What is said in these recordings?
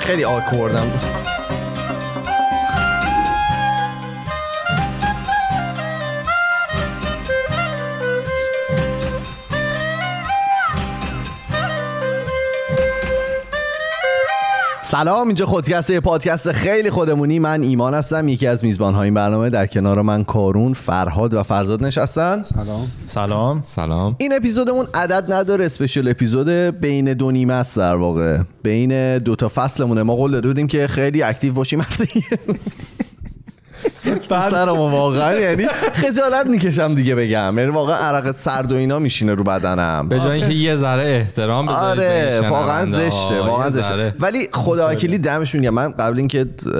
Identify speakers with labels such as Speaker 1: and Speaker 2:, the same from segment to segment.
Speaker 1: خیلی آکوردم سلام اینجا خودکسته پادکست خیلی خودمونی من ایمان هستم یکی از میزبان های این برنامه در کنار من کارون فرهاد و فرزاد نشستن
Speaker 2: سلام
Speaker 3: سلام
Speaker 4: سلام
Speaker 1: این اپیزودمون عدد نداره اسپشیال اپیزود بین دو نیمه است در واقع بین دو تا فصلمونه ما قول داده بودیم که خیلی اکتیو باشیم هفته سرمو واقعا یعنی خجالت میکشم دیگه بگم یعنی واقعا عرق سرد و اینا میشینه رو بدنم
Speaker 4: به جای اینکه یه ذره احترام بذارید به
Speaker 1: آره
Speaker 4: این
Speaker 1: واقعا
Speaker 4: شنونده
Speaker 1: زشته
Speaker 4: ها،
Speaker 1: واقعا
Speaker 4: یه
Speaker 1: زشته
Speaker 4: ذره. آره،
Speaker 1: ولی خدا وکیلی دمشون گرم من قبل اینکه اه،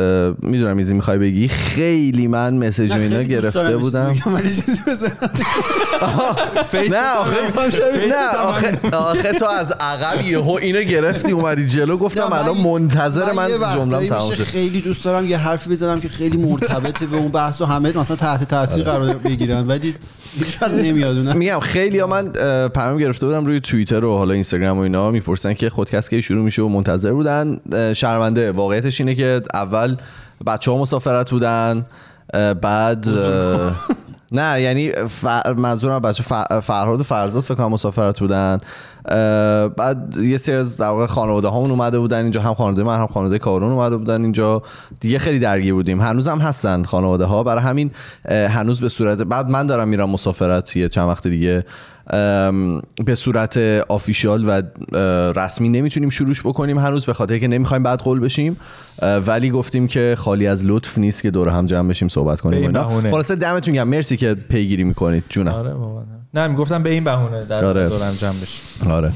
Speaker 1: میدونم ایزی میخوای بگی خیلی من مسیج و اینا گرفته بودم
Speaker 2: ولی چیزی بزنم
Speaker 4: فیس
Speaker 1: نه آخه نه آخه آخه تو از عقب یهو اینو گرفتی اومدی جلو گفتم الان منتظر من
Speaker 2: یه وقتایی
Speaker 1: جملم تمام
Speaker 2: میشه
Speaker 1: شد
Speaker 2: خیلی دوست دارم یه حرفی بزنم که خیلی مرتبطه به اون بحث و همه مثلا تحت تاثیر
Speaker 1: آره.
Speaker 2: قرار بگیرن ولی هیچ وقت نمیاد اونم
Speaker 1: میگم خیلی ها من اه، پیام گرفته بودم روی توییتر و حالا اینستاگرام و اینا میپرسن که خودکست کی شروع میشه و منتظر بودن اه، شرمنده واقعیتش اینه که اول بچه ها مسافرت بودن اه، بعد اه، نه یعنی ف- منظورم بچه ف- فرهاد و فرزاد فکر کنم مسافرت بودن اه، بعد یه سری از در واقع خانواده هامون اومده بودن اینجا هم خانواده من هم خانواده کارون اومده بودن اینجا دیگه خیلی درگیر بودیم هنوز هم هستن خانواده ها برای همین اه، هنوز به صورت بعد من دارم میرم مسافرت یه چند وقت دیگه ام، به صورت آفیشیال و اه، رسمی نمیتونیم شروعش بکنیم هنوز به خاطر که نمیخوایم بعد قول بشیم اه، ولی گفتیم که خالی از لطف نیست که دور هم جمع بشیم صحبت کنیم
Speaker 3: به این
Speaker 1: و اینا.
Speaker 3: بهونه.
Speaker 1: خلاصه دمتون گرم مرسی که پیگیری میکنید جونم
Speaker 3: آره واقعا نه میگفتم به این بهونه در
Speaker 1: آره.
Speaker 3: دورم جمع بشه
Speaker 1: آره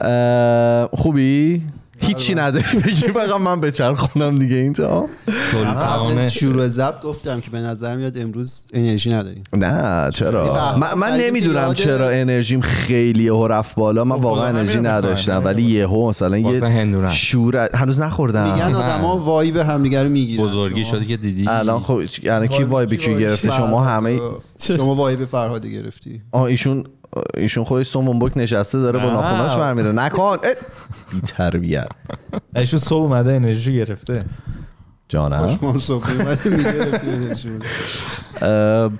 Speaker 1: اه، خوبی هیچی نداری بگی فقط من بچرخونم دیگه اینجا آره،
Speaker 4: سلطانه
Speaker 2: شروع زب گفتم که به نظر میاد امروز انرژی نداریم
Speaker 1: نه چرا
Speaker 2: بله.
Speaker 1: من, من
Speaker 2: ولی
Speaker 1: نمیدونم
Speaker 2: یاده-
Speaker 1: چرا انرژیم خیلی هو رفت بالا من
Speaker 3: خدا
Speaker 1: واقعا
Speaker 3: من
Speaker 1: انرژی
Speaker 3: نمی‌دونم.
Speaker 1: نداشتم ولی یهو مثلا
Speaker 4: واسه
Speaker 1: یه
Speaker 4: هندونه.
Speaker 1: شور هنوز
Speaker 2: میگن
Speaker 1: نخوردم
Speaker 2: آدما وای به همدیگه رو میگیرن
Speaker 4: بزرگی شد که دیدی
Speaker 1: الان خب الان کی
Speaker 3: وای-
Speaker 1: وای به
Speaker 3: کی
Speaker 1: کی
Speaker 3: وای-
Speaker 1: گرفته شما همه
Speaker 2: شما وای به فرهادی گرفتی
Speaker 1: آه ایشون ایشون خودش سومونبوک نشسته داره با
Speaker 3: نه.
Speaker 1: ناخناش برمیره نکن اه. بی تربیت
Speaker 3: ایشون صبح اومده انرژی گرفته
Speaker 1: جانم
Speaker 2: شما هم صبح اومدی میگرفتی انرژی رو.
Speaker 1: اه،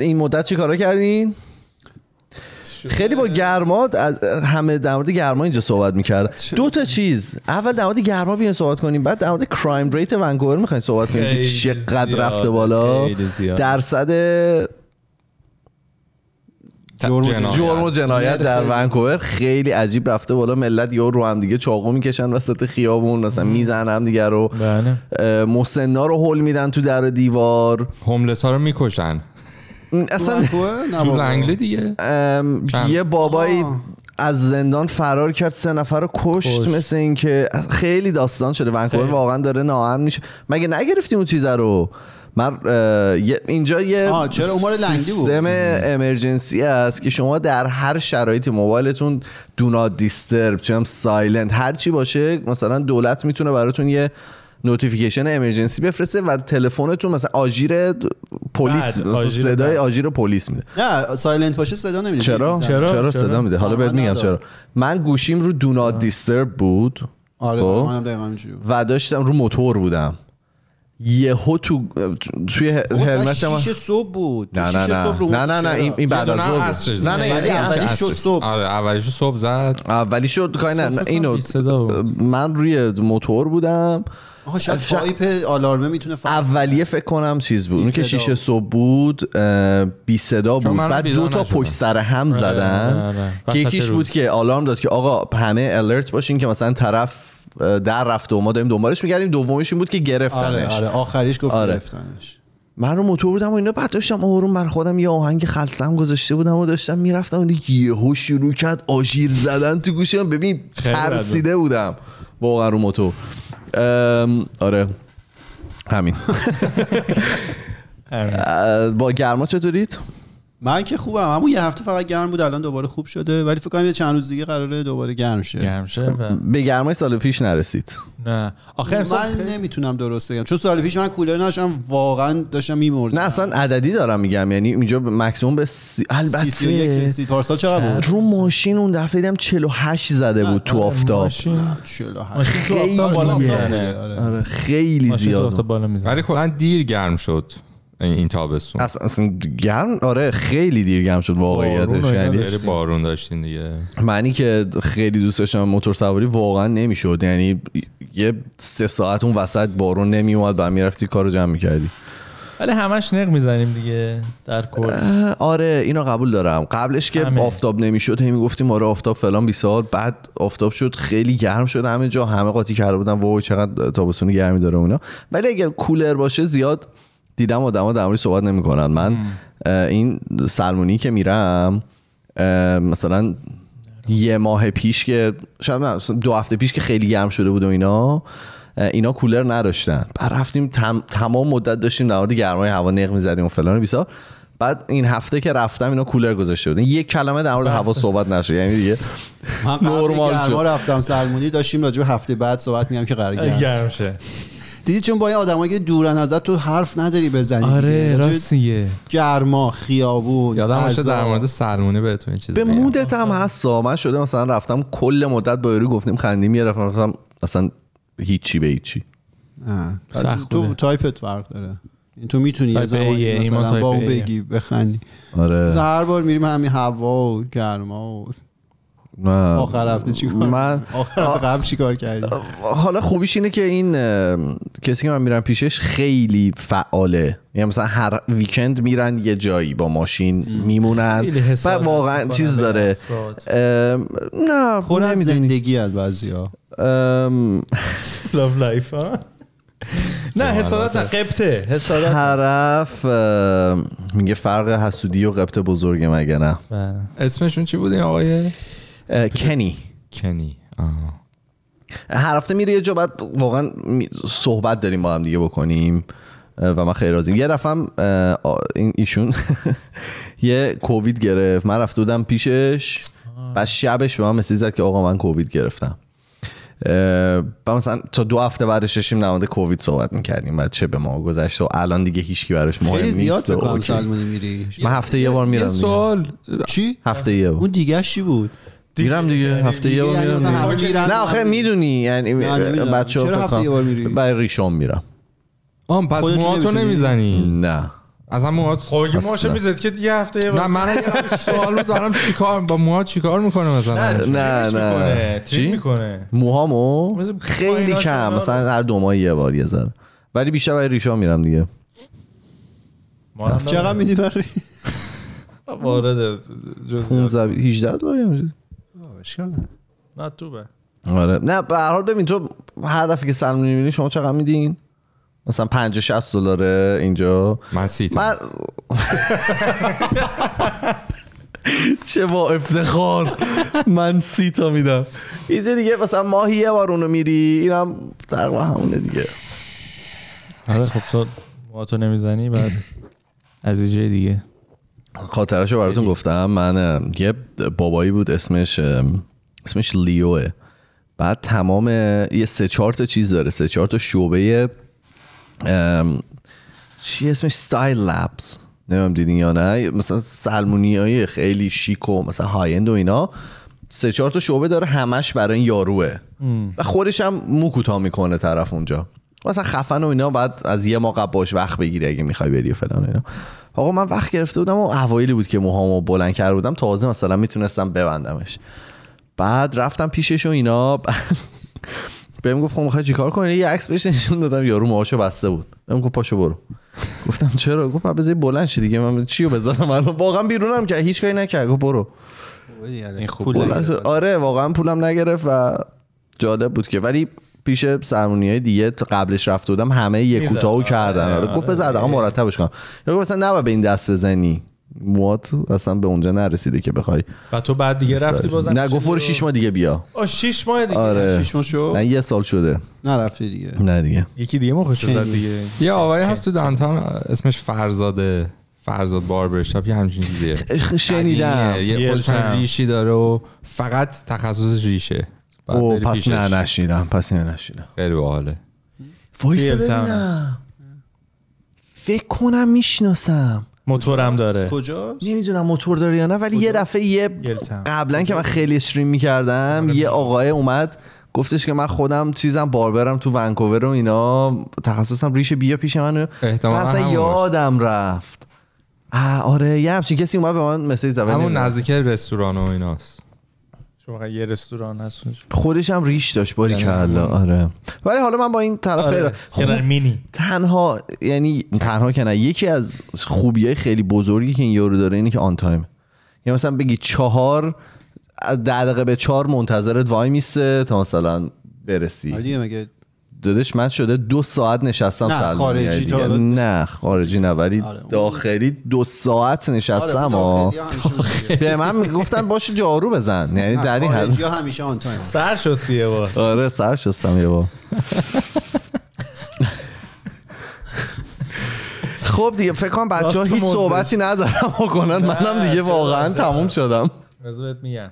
Speaker 1: این مدت چی کارا کردین؟ خیلی با گرما از همه در مورد گرما اینجا صحبت میکرد دو تا چیز اول در مورد گرما بیاین صحبت کنیم بعد در مورد کرایم ریت ونکوور میخواین صحبت کنیم که
Speaker 3: خیلی
Speaker 1: چقدر
Speaker 3: زیاد،
Speaker 1: رفته بالا
Speaker 3: خیلی زیاد.
Speaker 1: درصد جرم و جنایت در ونکوور خیلی عجیب رفته بالا ملت یا رو هم دیگه چاقو میکشن وسط خیابون مثلا میزن هم دیگه رو
Speaker 3: بله
Speaker 1: اه، مسنا رو هول میدن تو در و دیوار
Speaker 4: هوملس ها رو میکشن
Speaker 1: اصلا
Speaker 2: منکوه؟ نه
Speaker 4: تو
Speaker 2: بابا.
Speaker 4: لنگله دیگه
Speaker 1: ام،
Speaker 4: چند؟
Speaker 1: یه بابایی
Speaker 2: آه.
Speaker 1: از زندان فرار کرد سه نفر رو کشت,
Speaker 3: کشت.
Speaker 1: مثل اینکه خیلی داستان شده ونکوور واقعا داره ناامن میشه مگه نگرفتی اون چیزه رو من اه، یه- اینجا یه
Speaker 2: آه، چرا؟ عمر لنگی بود.
Speaker 1: سیستم امرجنسی است که شما در هر شرایطی موبایلتون دو نات دیسترب چم سایلنت هر چی باشه مثلا دولت میتونه براتون یه نوتیفیکیشن امرجنسی بفرسته و تلفنتون مثلا آژیر پلیس
Speaker 3: بد،
Speaker 1: مثلا
Speaker 3: آژیر
Speaker 1: صدای آژیر پلیس میده
Speaker 2: نه سایلنت باشه صدا نمیده
Speaker 1: چرا؟
Speaker 2: می‌زنه.
Speaker 1: چرا
Speaker 3: چرا؟
Speaker 1: چرا
Speaker 3: چرا؟
Speaker 1: صدا میده حالا
Speaker 2: آه،
Speaker 1: بهت
Speaker 2: من
Speaker 1: میگم
Speaker 2: ندارم.
Speaker 1: چرا من گوشیم رو دو نات دیسترب بود
Speaker 2: آره
Speaker 1: خب.
Speaker 2: منم دقیقاً همینجوری بود.
Speaker 1: و داشتم رو موتور بودم یهو تو توی
Speaker 2: بابا، ساعت
Speaker 1: هلمت من
Speaker 2: شیش صبح بود تو
Speaker 1: نه نه
Speaker 2: شیش صبح رو
Speaker 1: نه
Speaker 2: اومد.
Speaker 1: نه نه نه
Speaker 2: چرا؟
Speaker 1: این- این بعد
Speaker 4: یه
Speaker 1: از
Speaker 4: دونه
Speaker 1: ظهر بود.
Speaker 4: عصرش
Speaker 1: نه نه
Speaker 4: زد.
Speaker 1: یعنی
Speaker 2: ولی
Speaker 1: همش
Speaker 2: اولیش شد
Speaker 1: عصرش.
Speaker 2: صبح.
Speaker 4: آره اولیش رو صبح زد
Speaker 1: اولی شد کاری نه نه،
Speaker 3: فکر کنم
Speaker 1: اینو
Speaker 3: بی صدا بود.
Speaker 1: من روی موتور بودم
Speaker 2: آها شاید
Speaker 1: شا-
Speaker 2: فایپ آلارمه میتونه فرق
Speaker 1: اولیه فکر کنم چیز بود اون که
Speaker 2: صدا
Speaker 1: شیشه
Speaker 2: بود.
Speaker 1: صبح بود اه، بی صدا بود
Speaker 4: چون منم
Speaker 1: بعد
Speaker 4: بیدار
Speaker 1: دو تا
Speaker 4: نشدم.
Speaker 1: پشت سر هم زدن
Speaker 3: آره، آره.
Speaker 1: که
Speaker 3: وسط
Speaker 1: یکیش
Speaker 3: روز.
Speaker 1: بود که آلارم داد که آقا همه الرت باشین که مثلا طرف اه، در رفته و ما داریم دنبالش میگردیم دومیش این بود که
Speaker 2: آره
Speaker 1: گرفتنش
Speaker 2: آره آخریش گفت
Speaker 1: آره.
Speaker 2: گرفتنش
Speaker 1: من رو موتور بودم و اینا بعد داشتم آروم بر خودم یه آهنگ خلصم گذاشته بودم و داشتم میرفتم و دیگه یهو شروع کرد آژیر زدن تو گوشم ببین
Speaker 3: خیلی بد بود.
Speaker 1: ترسیده بودم واقعا رو موتور ام، آره همین
Speaker 3: آره.
Speaker 1: اه، با گرما چطورید؟
Speaker 2: من که خوبم همون یه هفته فقط گرم بود الان دوباره خوب شده ولی فکر کنم یه چند روز دیگه قراره دوباره گرم شه
Speaker 3: گرمشه و-
Speaker 1: به گرمای سال پیش نرسید
Speaker 3: نه آخه امسال
Speaker 2: من
Speaker 3: خیلی-
Speaker 2: نمیتونم درست بگم چون سال پیش من کولر نداشتم واقعا داشتم میمردم
Speaker 1: نه اصلا عددی دارم میگم یعنی اینجا به مکسیموم به سی...
Speaker 2: سی سی و یک
Speaker 1: البته
Speaker 2: رسید. پارسال چقدر بود
Speaker 1: رو ماشین اون دفعه دیدم 48 زده بود تو آفتاب
Speaker 3: آره، ماشین
Speaker 2: 48
Speaker 3: ماشین تو آفتاب بالا
Speaker 1: خیلیه.
Speaker 3: میزنه
Speaker 2: آره.
Speaker 1: آره خیلی
Speaker 3: ماشین تو
Speaker 1: زیاد
Speaker 3: آفتاب بالا میزنه
Speaker 4: ولی خب کلا دیر گرم شد این این تابستون
Speaker 1: اصلا اصلا گرم آره خیلی دیر گرم شد واقعیتش
Speaker 3: بارون و اینا
Speaker 1: یعنی
Speaker 4: خیلی بارون داشتین دیگه
Speaker 1: معنی که خیلی دوست داشتم موتور سواری واقعا نمیشد یعنی یه سه ساعت اون وسط بارون نمی اومد بعد میرفتی کارو جمع میکردی
Speaker 3: ولی همش نق میزنیم دیگه در کل
Speaker 1: آره اینو قبول دارم قبلش که
Speaker 3: همه.
Speaker 1: آفتاب نمیشد هی میگفتیم آره آفتاب فلان بی سال بعد آفتاب شد خیلی گرم شد همه جا همه قاطی کرده بودن وای چقدر تابستون گرمی داره اونا ولی اگه کولر باشه زیاد دیدم آدما در مورد صحبت نمیکنن من اه، این سلمونی که میرم اه، مثلا یه ماه پیش که شاید نه، مثلا دو هفته پیش که خیلی گرم شده بود و اینا اه، اینا کولر نداشتن بعد رفتیم تم- تمام مدت داشتیم در مورد گرمای هوا نق میزدیم و فلان و بیسار بعد این هفته که رفتم اینا کولر گذاشته بودن یک کلمه در مورد
Speaker 2: بله.
Speaker 1: هوا صحبت نشد یعنی دیگه
Speaker 2: من
Speaker 1: نورمال
Speaker 2: قبل گرما
Speaker 1: شد.
Speaker 2: رفتم سلمونی داشتیم راجع به هفته بعد صحبت میگم که قرار گرم
Speaker 3: گرمشه
Speaker 2: دیدی چون با این آدمایی که دورن ازت تو حرف نداری بزنی
Speaker 3: آره
Speaker 2: دیگه. راجع به
Speaker 3: راستیه
Speaker 2: گرما خیابون
Speaker 4: یادم باشه
Speaker 2: عذاب.
Speaker 4: در مورد سلمونه بهتون این چیز
Speaker 1: به
Speaker 2: بله.
Speaker 4: بگم.
Speaker 1: مودت هم هست من شده مثلا رفتم کل مدت با یارو گفتیم خندیم یه رفتم رفتم اصلا هیچی به هیچی
Speaker 2: نه.
Speaker 3: سخت
Speaker 2: تو
Speaker 3: بوده.
Speaker 2: تایپت فرق داره این تو میتونی یه
Speaker 3: تایپ
Speaker 2: زمانی
Speaker 3: ایه، این ما
Speaker 2: مثلا
Speaker 3: تایپ
Speaker 2: با اون
Speaker 3: ایه.
Speaker 2: بگی بخندی مثلا
Speaker 1: آره
Speaker 2: هر بار میریم همین هوا و گرما و
Speaker 1: نه.
Speaker 2: آخر هفته چیکار
Speaker 1: من
Speaker 2: آخر هفته قبل چیکار کردی
Speaker 1: حالا خوبیش اینه که این اه، کسی که من میرم پیشش خیلی فعاله یعنی مثلا هر ویکند میرن یه جایی با ماشین
Speaker 3: خیلی
Speaker 1: میمونن و
Speaker 3: حسادت
Speaker 1: واقعا
Speaker 3: می‌کنن
Speaker 1: چیز
Speaker 3: به
Speaker 1: داره
Speaker 3: افراد.
Speaker 1: ام، نه
Speaker 2: پر از
Speaker 1: نمی‌دونی.
Speaker 2: زندگی از بعضیا
Speaker 1: ام،
Speaker 3: لاف لایف ها نه حسادت نه قبطه حسادت
Speaker 1: طرف ام، میگه فرق حسودی و قبط بزرگ مگه نه
Speaker 3: بله.
Speaker 4: اسمشون چی بود این آقای
Speaker 1: اه، کنی
Speaker 4: کنی آه.
Speaker 1: هر هفته میره یه جا بعد واقعا می- صحبت داریم با هم دیگه بکنیم اه، و من خیلی راضیم یه دفعه هم، اه، آ- این ایشون یه کووید گرفت من رفته بودم پیشش بعد شبش به من مسیج زد که آقا من کووید گرفتم اه، و مثلا تا دو هفته بعدش داشتیم نماد کووید صحبت میکردیم و چه به ما گذشت و الان دیگه هیچکی براش مهم
Speaker 2: خیلی
Speaker 1: نیست و
Speaker 2: زیاد فکر کنم
Speaker 1: اوکی.
Speaker 2: سلمونی میری
Speaker 1: من هفته یه بار
Speaker 4: یه
Speaker 1: میرم دیگه.
Speaker 4: سوال
Speaker 2: چی
Speaker 1: هفته یه بار
Speaker 2: اون دیگه چی بود
Speaker 1: میرم دیگه هفته یه
Speaker 2: دیگه
Speaker 1: بار
Speaker 2: یعنی
Speaker 1: میرم
Speaker 2: مثلا
Speaker 1: دیگه.
Speaker 2: همه میرن،
Speaker 1: نه
Speaker 2: من
Speaker 1: آخه
Speaker 2: میرم.
Speaker 1: میدونی یعنی
Speaker 2: نمیدونم.
Speaker 1: بچه ها
Speaker 2: چرا
Speaker 1: فکر
Speaker 2: هفته
Speaker 1: کنم-
Speaker 2: یه بار میری؟
Speaker 1: برای ریشام میرم
Speaker 4: آم پس
Speaker 2: خودتون
Speaker 4: موهاتو
Speaker 2: نمی‌تونی؟
Speaker 4: نمیزنی
Speaker 1: نه
Speaker 4: از هم موهات
Speaker 3: خب
Speaker 1: اصلا.
Speaker 3: ماشه میزد که دیگه هفته یه
Speaker 4: نه
Speaker 3: بار
Speaker 4: من اگر سوال رو دارم چیکار با موهات چیکار میکنه مثلا
Speaker 1: نه، نه. چی؟
Speaker 3: چی میکنه
Speaker 1: موهامو
Speaker 3: مثل
Speaker 1: خیلی
Speaker 3: پاییناش
Speaker 1: کم
Speaker 3: اینا.
Speaker 1: مثلا هر دو ماه یه بار یه ذره ولی بیشتر برای ریشام میرم دیگه
Speaker 2: چقدر میدی برای
Speaker 3: وارد جزئیات
Speaker 1: 15 18 دلار یا چیزی.
Speaker 3: نه تو به
Speaker 1: آره نه به هر حال ببین تو هر دفعه که سلمون میبینی شما چقدر میدین مثلا 50 60 دلاره اینجا
Speaker 4: من سیت
Speaker 1: من چه با افتخار من سی تا میدم اینجا دیگه مثلا ماهی یه بار اونو میری اینم تقریبا همونه دیگه
Speaker 3: آره خب تو موهاتو نمیزنی بعد از یه جای دیگه
Speaker 1: خاطرشو براتون گفتم من ام، یه بابایی بود اسمش ام، اسمش لیوه بعد تمام یه سه چهار تا چیز داره سه چهار تا شعبه ام، چی اسمش ستایل لبز نمیم دیدین یا نه مثلا سلمونی های خیلی شیک و مثلا های اند و اینا سه چهار تا شعبه داره همش برای این یاروه و خودش هم مو کوتاه میکنه طرف اونجا مثلا خفن و اینا بعد از یه ما قبل باش وقت بگیری اگه میخوای بری و فلان و اینا آقا من وقت گرفته بودم و اوایلی بود که موهامو بلند کرده بودم تازه مثلا میتونستم ببندمش بعد رفتم پیشش و اینا بعد بهم گفت خب میخوای چیکار کنی یه عکس بهش نشون دادم یارو موهاشو بسته بود بهم گفت پاشو برو گفتم چرا گفت بعد بذاری بلند شی دیگه من چیو بذارم من واقعا بیرونم که هیچ کاری نکرد گفت برو
Speaker 2: این
Speaker 1: پول بلند شد. آره واقعا پولم نگرفت و جالب بود که ولی پیش سرمونی های دیگه تا قبلش رفته بودم همه یه
Speaker 3: می‌زد.
Speaker 1: کوتاهو کردن
Speaker 3: آره،
Speaker 1: آره گفت
Speaker 3: آره.
Speaker 1: بذار دقیقا مرتبش کنم یا گفت اصلا نباید به این دست بزنی موات اصلا به اونجا نرسیده که بخوای
Speaker 3: و تو بعد دیگه رفتی بازم
Speaker 1: نه گفت برو شیش ماه دیگه بیا
Speaker 3: آه شیش ماه دیگه
Speaker 1: آره
Speaker 2: شیش ماه شد
Speaker 1: نه یه سال شده
Speaker 2: نرفتی دیگه
Speaker 1: نه دیگه
Speaker 3: یکی دیگه مخش
Speaker 2: خیلی.
Speaker 3: دیگه
Speaker 4: یه آقایی هست تو دانتان اسمش فرزاده فرزاد باربرشاپ یه همچین چیزیه
Speaker 1: شنیدم
Speaker 4: قدیمیه. یه
Speaker 3: یه
Speaker 4: خودش هم
Speaker 3: تم.
Speaker 4: ریشی داره و فقط تخصص ریشه باید
Speaker 1: او
Speaker 4: بری
Speaker 1: پس
Speaker 4: پیشش.
Speaker 1: نه نشیدم پس نه نشیدم
Speaker 4: خیلی باحاله
Speaker 1: وایسا
Speaker 3: فیلتر.
Speaker 1: ببینم فکر کنم میشناسم
Speaker 3: موتورم داره
Speaker 2: کجاست
Speaker 1: نمیدونم موتور داره یا نه ولی یه دفعه یه
Speaker 3: گلتم.
Speaker 1: قبلا که من خیلی استریم
Speaker 4: آره.
Speaker 1: میکردم یه آقای اومد گفتش که من خودم چیزم باربرم تو ونکوور و اینا تخصصم ریش بیا پیش من
Speaker 4: احتمالاً
Speaker 1: اصلا
Speaker 4: همون
Speaker 1: یادم رفت آه، آره یه همچین کسی اومد به من مسیج زد
Speaker 4: همون
Speaker 1: نمی‌دونم.
Speaker 4: نزدیک رستوران و ایناست
Speaker 3: شما فقط یه رستوران هست اونجا.
Speaker 1: خودش هم ریش داشت باری
Speaker 4: یعنی
Speaker 1: کلا
Speaker 4: همون.
Speaker 1: آره ولی حالا من با این طرف
Speaker 3: آره.
Speaker 1: غیر- خوب
Speaker 3: کنار مینی
Speaker 1: تنها یعنی تنها که نه یکی از خوبی های خیلی بزرگی که این یورو داره اینه که آن تایم یعنی مثلا بگی چهار از ده دقیقه به چهار منتظرت وای میسته تا مثلا
Speaker 2: آره
Speaker 1: برسی
Speaker 2: دیگه مگه
Speaker 1: دادش من شده دو ساعت نشستم
Speaker 2: نه،
Speaker 1: سلمونیه
Speaker 2: خارجی
Speaker 1: دیگه.
Speaker 2: تا حالا-
Speaker 1: نه خارجی نه ولی
Speaker 2: آره، اون-
Speaker 1: داخلی دو ساعت نشستم آه.
Speaker 2: داخلی آره، ها همیشه اونجوریه.
Speaker 1: به من میگفتن باش جارو بزن یعنی
Speaker 2: نه،
Speaker 1: در این حد
Speaker 2: خارجی‌ها همیشه آن تایم
Speaker 3: سر شستیه با
Speaker 1: آره سر شستم یه بار خب دیگه فکر کنم بچه ها
Speaker 3: راست
Speaker 1: هیچ
Speaker 3: موزش.
Speaker 1: صحبتی ندارم بکنن منم دیگه
Speaker 3: چرا،
Speaker 1: واقعا
Speaker 3: چرا.
Speaker 1: تموم شدم
Speaker 3: بهت میگم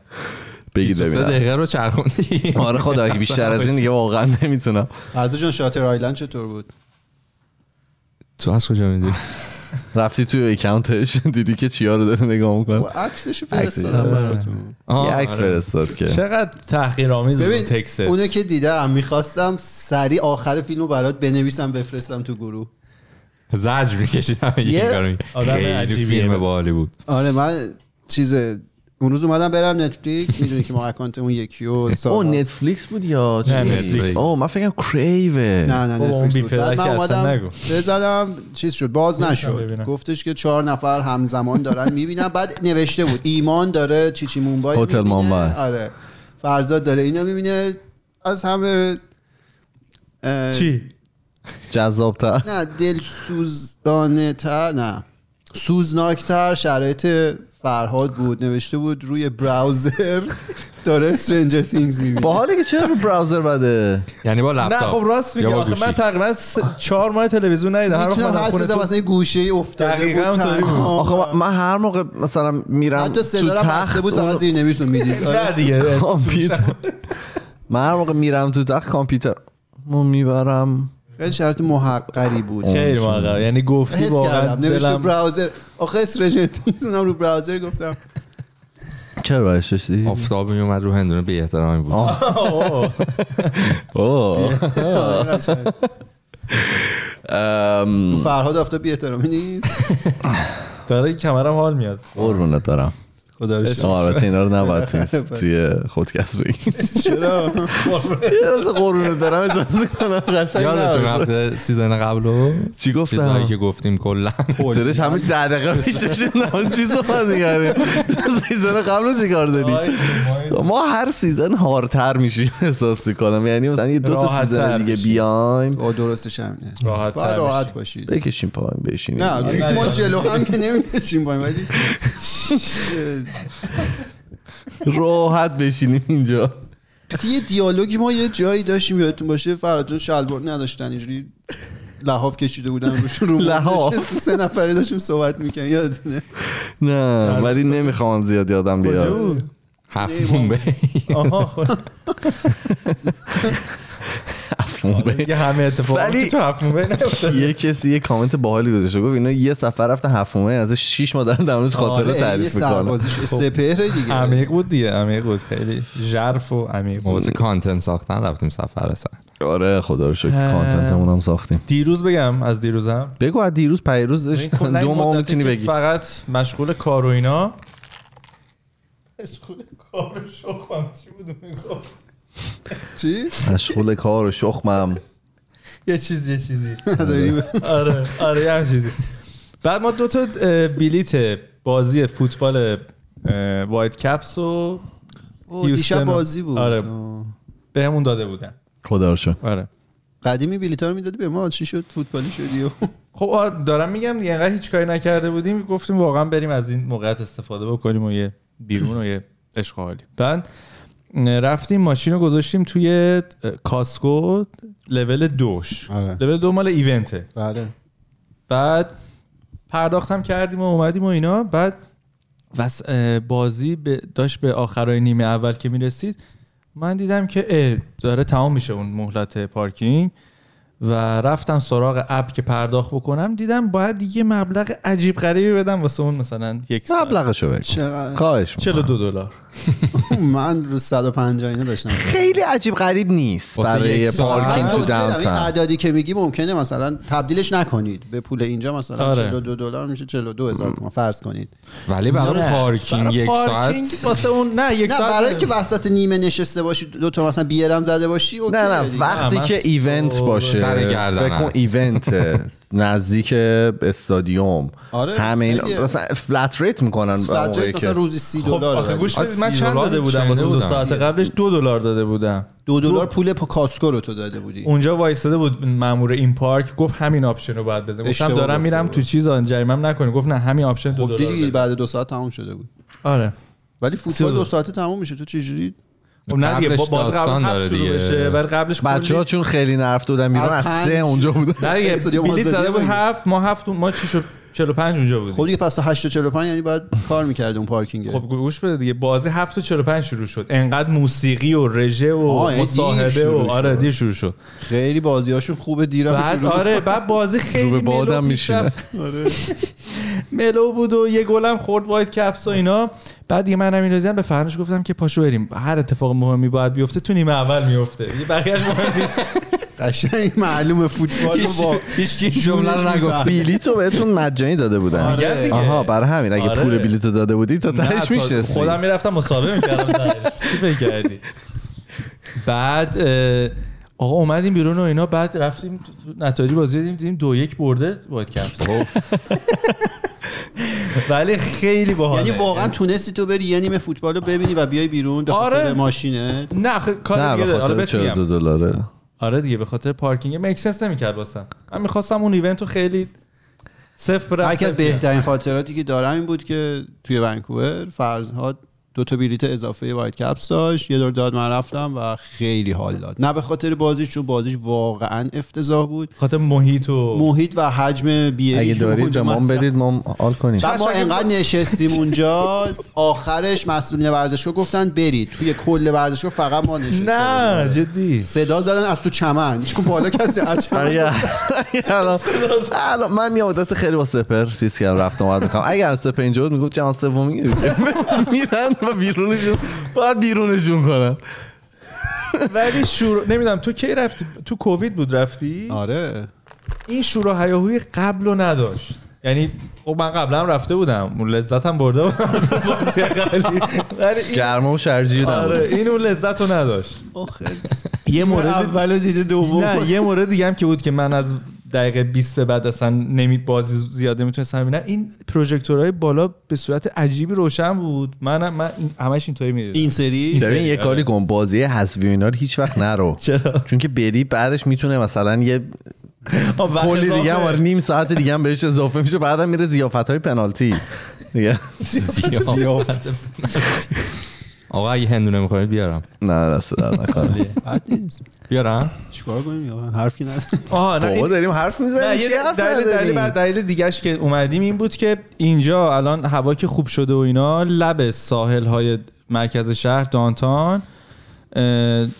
Speaker 1: بگید
Speaker 4: 23
Speaker 1: ببینم
Speaker 4: دقیقه رو چرخوندی
Speaker 1: آره خدا اگه بیشتر از این دیگه واقعا نمیتونم
Speaker 2: عرض جان شاتر آیلند چطور بود
Speaker 4: تو از کجا میدونی
Speaker 1: رفتی توی اکانتش دیدی که چیا رو داره نگاه میکنه
Speaker 2: با عکسش
Speaker 1: عکسش.
Speaker 2: خب، فرستادم براتون
Speaker 1: یه عکس
Speaker 4: آره.
Speaker 1: فرستاد که
Speaker 3: چقدر تحقیرآمیز بود
Speaker 2: ببین
Speaker 3: تکست
Speaker 2: اونو که دیدم میخواستم سریع آخر فیلمو برات بنویسم بفرستم تو گروه
Speaker 4: زج میکشیدم
Speaker 1: یه
Speaker 3: آدم
Speaker 4: خیلی
Speaker 3: عجیبیه.
Speaker 4: فیلم باحالی بود
Speaker 2: آره من چیز اون روز اومدم برم نتفلیکس میدونی که ما اکانتمون یکی و
Speaker 1: او
Speaker 2: ساهاست.
Speaker 1: نتفلیکس بود یا
Speaker 3: نه،
Speaker 1: چی
Speaker 4: نتفلیکس.
Speaker 1: او من فکرم کریوه
Speaker 2: نه نه
Speaker 3: بابا، اون
Speaker 2: نتفلیکس
Speaker 3: بی
Speaker 2: بود بعد
Speaker 3: پدر
Speaker 2: من
Speaker 3: که اصلا
Speaker 2: اومدم
Speaker 3: نگو.
Speaker 2: بزدم چیز شد باز
Speaker 3: نمی‌تونم
Speaker 2: نشد
Speaker 3: ببینم.
Speaker 2: گفتش که چهار نفر همزمان دارن میبینن بعد نوشته بود ایمان داره چی چی مونبای
Speaker 1: هتل
Speaker 2: می‌بینه.
Speaker 1: مونبای.
Speaker 2: آره فرزاد داره اینا میبینه از همه اه،
Speaker 3: چی
Speaker 1: جذابتر
Speaker 2: نه دل سوزدانه تر نه سوزناکتر شرایط فرهاد بود نوشته بود روی براوزر داره استرنجر تینگز میبینه
Speaker 1: با حاله که چرا رو براوزر بده
Speaker 4: یعنی با لپتاپ
Speaker 3: نه خب راست میگه
Speaker 4: یا با
Speaker 3: آخه من
Speaker 4: گوشی.
Speaker 3: تقریبا سه- چهار ماه تلویزیون ندیدم هر وقت
Speaker 2: میتونم
Speaker 3: خودم
Speaker 2: حرف
Speaker 3: خونه
Speaker 2: بزنم
Speaker 3: تو-
Speaker 2: اصلا یه گوشه ای افتاده بود
Speaker 3: دقیقاً اونطوری بود.
Speaker 2: تنها.
Speaker 1: آخه من- من هر موقع مثلا میرم
Speaker 2: حتی
Speaker 1: تو
Speaker 2: صدا رو بسته
Speaker 1: تخت
Speaker 2: بود
Speaker 1: اون
Speaker 2: فقط
Speaker 1: رو-
Speaker 2: زیر نمیز رو میدید آره.
Speaker 3: نه آره دیگه
Speaker 2: خب.
Speaker 1: کامپیوتر من هر موقع میرم تو تخت کامپیوتر مو میبرم
Speaker 2: خیلی شرط محقری بود
Speaker 3: خیلی موقع یعنی گفتی
Speaker 2: حس
Speaker 3: واقعا
Speaker 2: کردم نوشته
Speaker 3: دلم
Speaker 2: براوزر آخه استرنجر تینگز اونم رو براوزر گفتم
Speaker 1: چرا برش داشتی؟
Speaker 4: آفتاب میومد رو هندونه بی احترامی بود
Speaker 3: آه.
Speaker 1: اوه.
Speaker 2: قشنگ.
Speaker 1: ام،
Speaker 2: فرهاد آفتاب بی احترامی نیست
Speaker 3: داره کمرم حال میاد
Speaker 1: قربونت برم
Speaker 2: خدا رو شکر.
Speaker 1: آه، البته اینا رو نباید توی- توی خودکست بگی
Speaker 2: چرا
Speaker 1: از قربونت برم اجازه کنم قشنگ
Speaker 4: یادتون
Speaker 1: نبود.
Speaker 4: رفته سیزن قبلو
Speaker 1: چی
Speaker 4: چیزایی
Speaker 1: گفتم
Speaker 4: که گفتیم کلا
Speaker 1: دلش همین ده دقیقه پیش داشتیم نه چیز رو بازی کردیم سیزن قبل رو چیکار داری ما هر سیزن هارتر میشیم احساس میکنم یعنی مثلا یه دو تا سیزن
Speaker 3: راحت‌تر
Speaker 1: دیگه
Speaker 3: میشیم.
Speaker 1: بیایم
Speaker 2: با درستش همینه
Speaker 3: راحت
Speaker 2: باید
Speaker 3: تر
Speaker 2: راحت باشید
Speaker 1: بکشیم پایین بشینیم
Speaker 2: نه
Speaker 3: نه،
Speaker 2: ما
Speaker 3: نه.
Speaker 2: جلو هم که نمیشیم بایم ولی
Speaker 1: راحت بشینیم اینجا
Speaker 2: حتی یه دیالوگی ما یه جایی داشتیم یادتون باشه فراتون شلوار نداشتن اینجوری لحاف کشیده بودن روشون رو
Speaker 1: لحاف.
Speaker 2: نشست. سه نفره داشتیم صحبت میکنیم یادتونه
Speaker 1: نه ولی نمیخوام زیاد یادم بیاد
Speaker 4: هفت مونبه
Speaker 3: میشه. آها خب. دیگه همه اتفاقات
Speaker 1: ولی-
Speaker 3: که تو هفت موقع نیفتاد.
Speaker 1: یه کسی یه کامنت باحالی گذاشته گفت اینا یه سفر رفتن هفومه از شیش ما دارن در موردش
Speaker 2: آره،
Speaker 1: خاطره تعریف میکنن
Speaker 2: سربازیش سپهره دیگه
Speaker 3: عمیق بود دیگه عمیق بود خیلی ژرف و عمیق
Speaker 4: ما
Speaker 3: بود
Speaker 4: واسه کانتنت ساختن رفتیم سفر اصلا
Speaker 1: آره خدا رو شکر کانتنتمون هم ساختیم
Speaker 3: دیروز بگم از دیروزم
Speaker 1: بگو از دیروز پیروز
Speaker 3: خب، نه،
Speaker 1: دو
Speaker 3: این
Speaker 1: ماه
Speaker 3: مدتی
Speaker 1: میتونی
Speaker 3: که
Speaker 1: بگی
Speaker 3: فقط مشغول کار و اینا مشغول کار و شوخم چی بود میگفت
Speaker 2: چی؟
Speaker 1: مشغول کار و شخمم
Speaker 3: یه چیز یه چیزی
Speaker 2: نداری
Speaker 3: آره آره یه همچین چیزی بعد ما دو تا اه، بلیت بازی فوتبال اه، وایت کپس و
Speaker 2: اوه،
Speaker 3: هیوستن
Speaker 2: دیشب
Speaker 3: و-
Speaker 2: بازی بود
Speaker 3: آره.
Speaker 2: آه.
Speaker 3: بهمون داده بودن
Speaker 1: خدا رو شکر
Speaker 3: آره
Speaker 2: قدیمی بلیتا رو میدادی به ما چی شد فوتبالی شدی و
Speaker 3: خب آ، دارم میگم دیگه انقدر هیچ کاری نکرده بودیم گفتیم واقعا بریم از این موقعیت استفاده بکنیم و یه بیرون و یه عشق حالی بعد رفتیم ماشین رو گذاشتیم توی اه، کاسکو لول دوش
Speaker 2: آره.
Speaker 3: لول دو مال ایونته
Speaker 2: بله
Speaker 3: بعد پرداختم کردیم و اومدیم و اینا بعد وس... اه، بازی به- داشت به آخرای نیمه اول که میرسید من دیدم که اه، داره تمام میشه اون مهلت پارکینگ و رفتم سراغ اپ که پرداخت بکنم دیدم باید یه مبلغ عجیب غریبی بدم واسه اون مثلا یک ساعت
Speaker 1: مبلغشو بگو
Speaker 2: چقدر
Speaker 1: خواهش می‌کنم.
Speaker 3: 42 دلار
Speaker 2: من رو 150 اینا داشتم
Speaker 1: خیلی عجیب غریب نیست
Speaker 4: واسه
Speaker 1: برای
Speaker 4: یک ساعت.
Speaker 1: پارکینگ
Speaker 2: من
Speaker 1: تو
Speaker 2: توصیه دارم. آره. خب، این
Speaker 1: داونتاون
Speaker 2: اعدادی که میگی ممکنه مثلا تبدیلش نکنید به پول اینجا مثلا
Speaker 3: آره.
Speaker 2: 42 دلار میشه 42 هزار تومان فرض کنید
Speaker 4: ولی برای
Speaker 3: نه.
Speaker 4: پارکینگ
Speaker 3: برای
Speaker 4: یک ساعت
Speaker 3: پارکینگ واسه اون نه یک
Speaker 2: نه
Speaker 3: ساعت
Speaker 2: برای
Speaker 3: نه.
Speaker 2: که وسط نیمه نشسته باشی دو تا مثلا بیرم زده باشی اوکی
Speaker 1: نه نه
Speaker 2: دیگه.
Speaker 1: وقتی
Speaker 3: نه، من
Speaker 1: که ایونت
Speaker 3: سر
Speaker 1: باشه
Speaker 4: گردن
Speaker 1: فکر کن
Speaker 4: است.
Speaker 1: ایونت نزدیک استادیوم
Speaker 2: آره،
Speaker 1: همه
Speaker 2: خیلی.
Speaker 1: اینا مثلا فلت ریت میکنن
Speaker 2: فلت ریت مثلا روزی 30
Speaker 3: خب
Speaker 2: دلار
Speaker 3: آخه گوش بدید من
Speaker 4: آسی،
Speaker 3: چند
Speaker 4: دلار
Speaker 3: داده بودم
Speaker 4: شنیده
Speaker 3: واسه دو
Speaker 4: بودم.
Speaker 3: ساعت قبلش دو دلار داده بودم
Speaker 2: دو دلار پول پا- کاسکو رو تو داده بودی
Speaker 3: اونجا وایستاده بود مامور این پارک گفت همین آپشن رو باید بزن گفتم
Speaker 2: اشتباه
Speaker 3: دارم
Speaker 2: گفته
Speaker 3: میرم
Speaker 2: بود.
Speaker 3: تو چیز آن جریمم نکنه گفت نه همین آپشن دو
Speaker 2: خب
Speaker 3: دلار
Speaker 2: دیدی
Speaker 3: بزن.
Speaker 2: بعد دو ساعت تموم شده بود
Speaker 3: آره
Speaker 2: ولی
Speaker 3: سی و
Speaker 2: فوتبال
Speaker 3: دو.
Speaker 2: دو ساعته تموم میشه تو چجوری
Speaker 3: خب نه دیگه
Speaker 4: قبلش
Speaker 3: با- باز
Speaker 4: داستان
Speaker 3: قبل
Speaker 4: داره
Speaker 3: هفت شروع
Speaker 4: دیگه.
Speaker 3: بشه ولی قبلش
Speaker 1: بچه ها
Speaker 3: کلی-
Speaker 1: چون خیلی نرفته بودن بیرون
Speaker 2: از
Speaker 1: از سه
Speaker 2: پنج-
Speaker 1: اونجا بودن
Speaker 3: نه دیگه
Speaker 2: استادیوم
Speaker 3: بلیت
Speaker 2: آزادیه
Speaker 3: زده بود
Speaker 2: مگه؟
Speaker 3: هفت ما هفت ما شیش و چهل و پنج اونجا
Speaker 2: خب
Speaker 3: بودیم
Speaker 2: دیگه پس تا 8 و 45 یعنی باید کار میکرد اون پارکینگ
Speaker 3: خب گوش بده دیگه بازی هفت و چهل و پنج شروع شد انقدر موسیقی و رژه و
Speaker 2: آه، یعنی دیر
Speaker 3: مصاحبه
Speaker 2: شروع
Speaker 3: و
Speaker 2: شد.
Speaker 3: آره دیر شروع شد
Speaker 2: خیلی بازیاشون خوبه دیرم
Speaker 3: بعد
Speaker 2: شروع
Speaker 3: آره بعد بازی
Speaker 1: رو به
Speaker 3: خیلی
Speaker 1: بادم
Speaker 3: ملو پیش
Speaker 1: میشینه.
Speaker 3: رفت.
Speaker 1: آره.
Speaker 3: ملو بود و یه گلم خورد وایت کپس و اینا بعد دیگه من همین به فرنش گفتم که پاشو بریم هر اتفاق مهمی باید بیفته تو نیمه اول میفته یه بقیه‌اش مهم نیست
Speaker 2: قشنگ معلوم فوتبال رو با
Speaker 4: هیچ کی
Speaker 2: جمله رو نگفت.
Speaker 1: بلیت رو بهتون مجانی داده بودن
Speaker 2: آره.
Speaker 3: دیگه.
Speaker 1: آها برای همین اگه
Speaker 3: آره.
Speaker 1: پول بلیت رو داده بودی تا
Speaker 3: نه،
Speaker 1: تهش
Speaker 3: تا
Speaker 1: میشنستی
Speaker 3: خودم میرفتم مسابقه میکردم سرش. چی فکر کردی بعد اه، آقا اومدیم بیرون و اینا بعد رفتیم تو- تو نتایج بازی دیدیم دیدیم دو یک برده وایت
Speaker 1: خب.
Speaker 3: کپس ولی خیلی باحال
Speaker 2: یعنی واقعا تونستی تو بری یه نیمه فوتبال رو ببینی و بیای بیرون به خاطر
Speaker 3: آره.
Speaker 2: ماشینت
Speaker 3: نه آخه کار
Speaker 1: نه
Speaker 3: دیگه
Speaker 1: به
Speaker 3: داره. آره
Speaker 1: خاطر
Speaker 3: بهت میگم.
Speaker 1: 42 دلاره
Speaker 3: آره دیگه به خاطر پارکینگ مکسنس نمیکرد واسم من میخواستم اون ایونت رو خیلی صفر برم،
Speaker 2: یکی
Speaker 3: صفر
Speaker 2: از
Speaker 3: بیام.
Speaker 2: بهترین خاطراتی که دارم این بود که توی ونکوور فرضها دو تا بلیت اضافه وایت کپس داشت یه دور داد من رفتم و خیلی حال داد نه به خاطر بازیش چون بازیش واقعا افتضاح بود
Speaker 3: خاطر محیط و
Speaker 2: محیط و حجم بیری
Speaker 1: اگه
Speaker 2: که
Speaker 1: دارید
Speaker 2: اونجا
Speaker 1: به ما
Speaker 2: مصرف
Speaker 1: بدید ما آل کنیم
Speaker 2: بعد ما انقدر نشستیم اونجا آخرش مسئولین ورزشگاه گفتن برید توی کل ورزشگاه فقط ما نشستیم
Speaker 3: نه جدی
Speaker 2: صدا زدن از تو چمن چون بالا کسی از چمن
Speaker 1: اگه اگه الان- الان من یه مدت خیلی با سپر چیز کردم رفتم اومد میکنم اگه از سپر اینجا بود میگفت جهان سومی میرن و بیرونشون باید بیرونشون کنن
Speaker 3: ولی شروع نمیدونم تو کی رفتی تو کووید بود رفتی
Speaker 2: آره
Speaker 3: این شور و هیاهوی قبل رو نداشت یعنی خب من قبلا هم رفته بودم اون لذتم برده بودم از اون بازی قبلی. ولی این-
Speaker 1: گرما و شرجی
Speaker 3: آره
Speaker 1: نبود
Speaker 3: این اون لذت رو نداشت
Speaker 2: یه
Speaker 3: مورد-
Speaker 2: اولو دیده دوم
Speaker 3: نه یه مورد دیگه هم که بود که من از دقیقه 20 به بعد اصلا نمی بازی زیاد نمیتونستم ببینم این پروژکتورهای بالا به صورت عجیبی روشن بود من من این همش اینطوری میدیدم
Speaker 2: این سری
Speaker 3: سری،
Speaker 1: ببین یه
Speaker 3: آره.
Speaker 1: کاری کن بازی حذفی و اینا رو هیچ وقت نرو
Speaker 3: چرا
Speaker 1: چون که بری بعدش میتونه مثلا یه کلی دیگه هم آره، نیم ساعت دیگه هم بهش اضافه میشه بعدم میره زیافت های پنالتی دیگه
Speaker 4: آقا اگه هندونه میخوای بیارم
Speaker 1: نه دست در نکنه
Speaker 2: بد نیست
Speaker 4: بیارم
Speaker 2: چیکار کنیم یا حرف که نداره
Speaker 3: آها نه این-
Speaker 1: بابا داریم حرف
Speaker 3: نه،
Speaker 1: میزنیم
Speaker 3: یه
Speaker 1: چی حرف
Speaker 3: دلیل دلیل
Speaker 1: نداریم؟
Speaker 3: بعد دلیل دیگهش که اومدیم این بود که اینجا الان هوا که خوب شده و اینا لب ساحل های مرکز شهر دانتان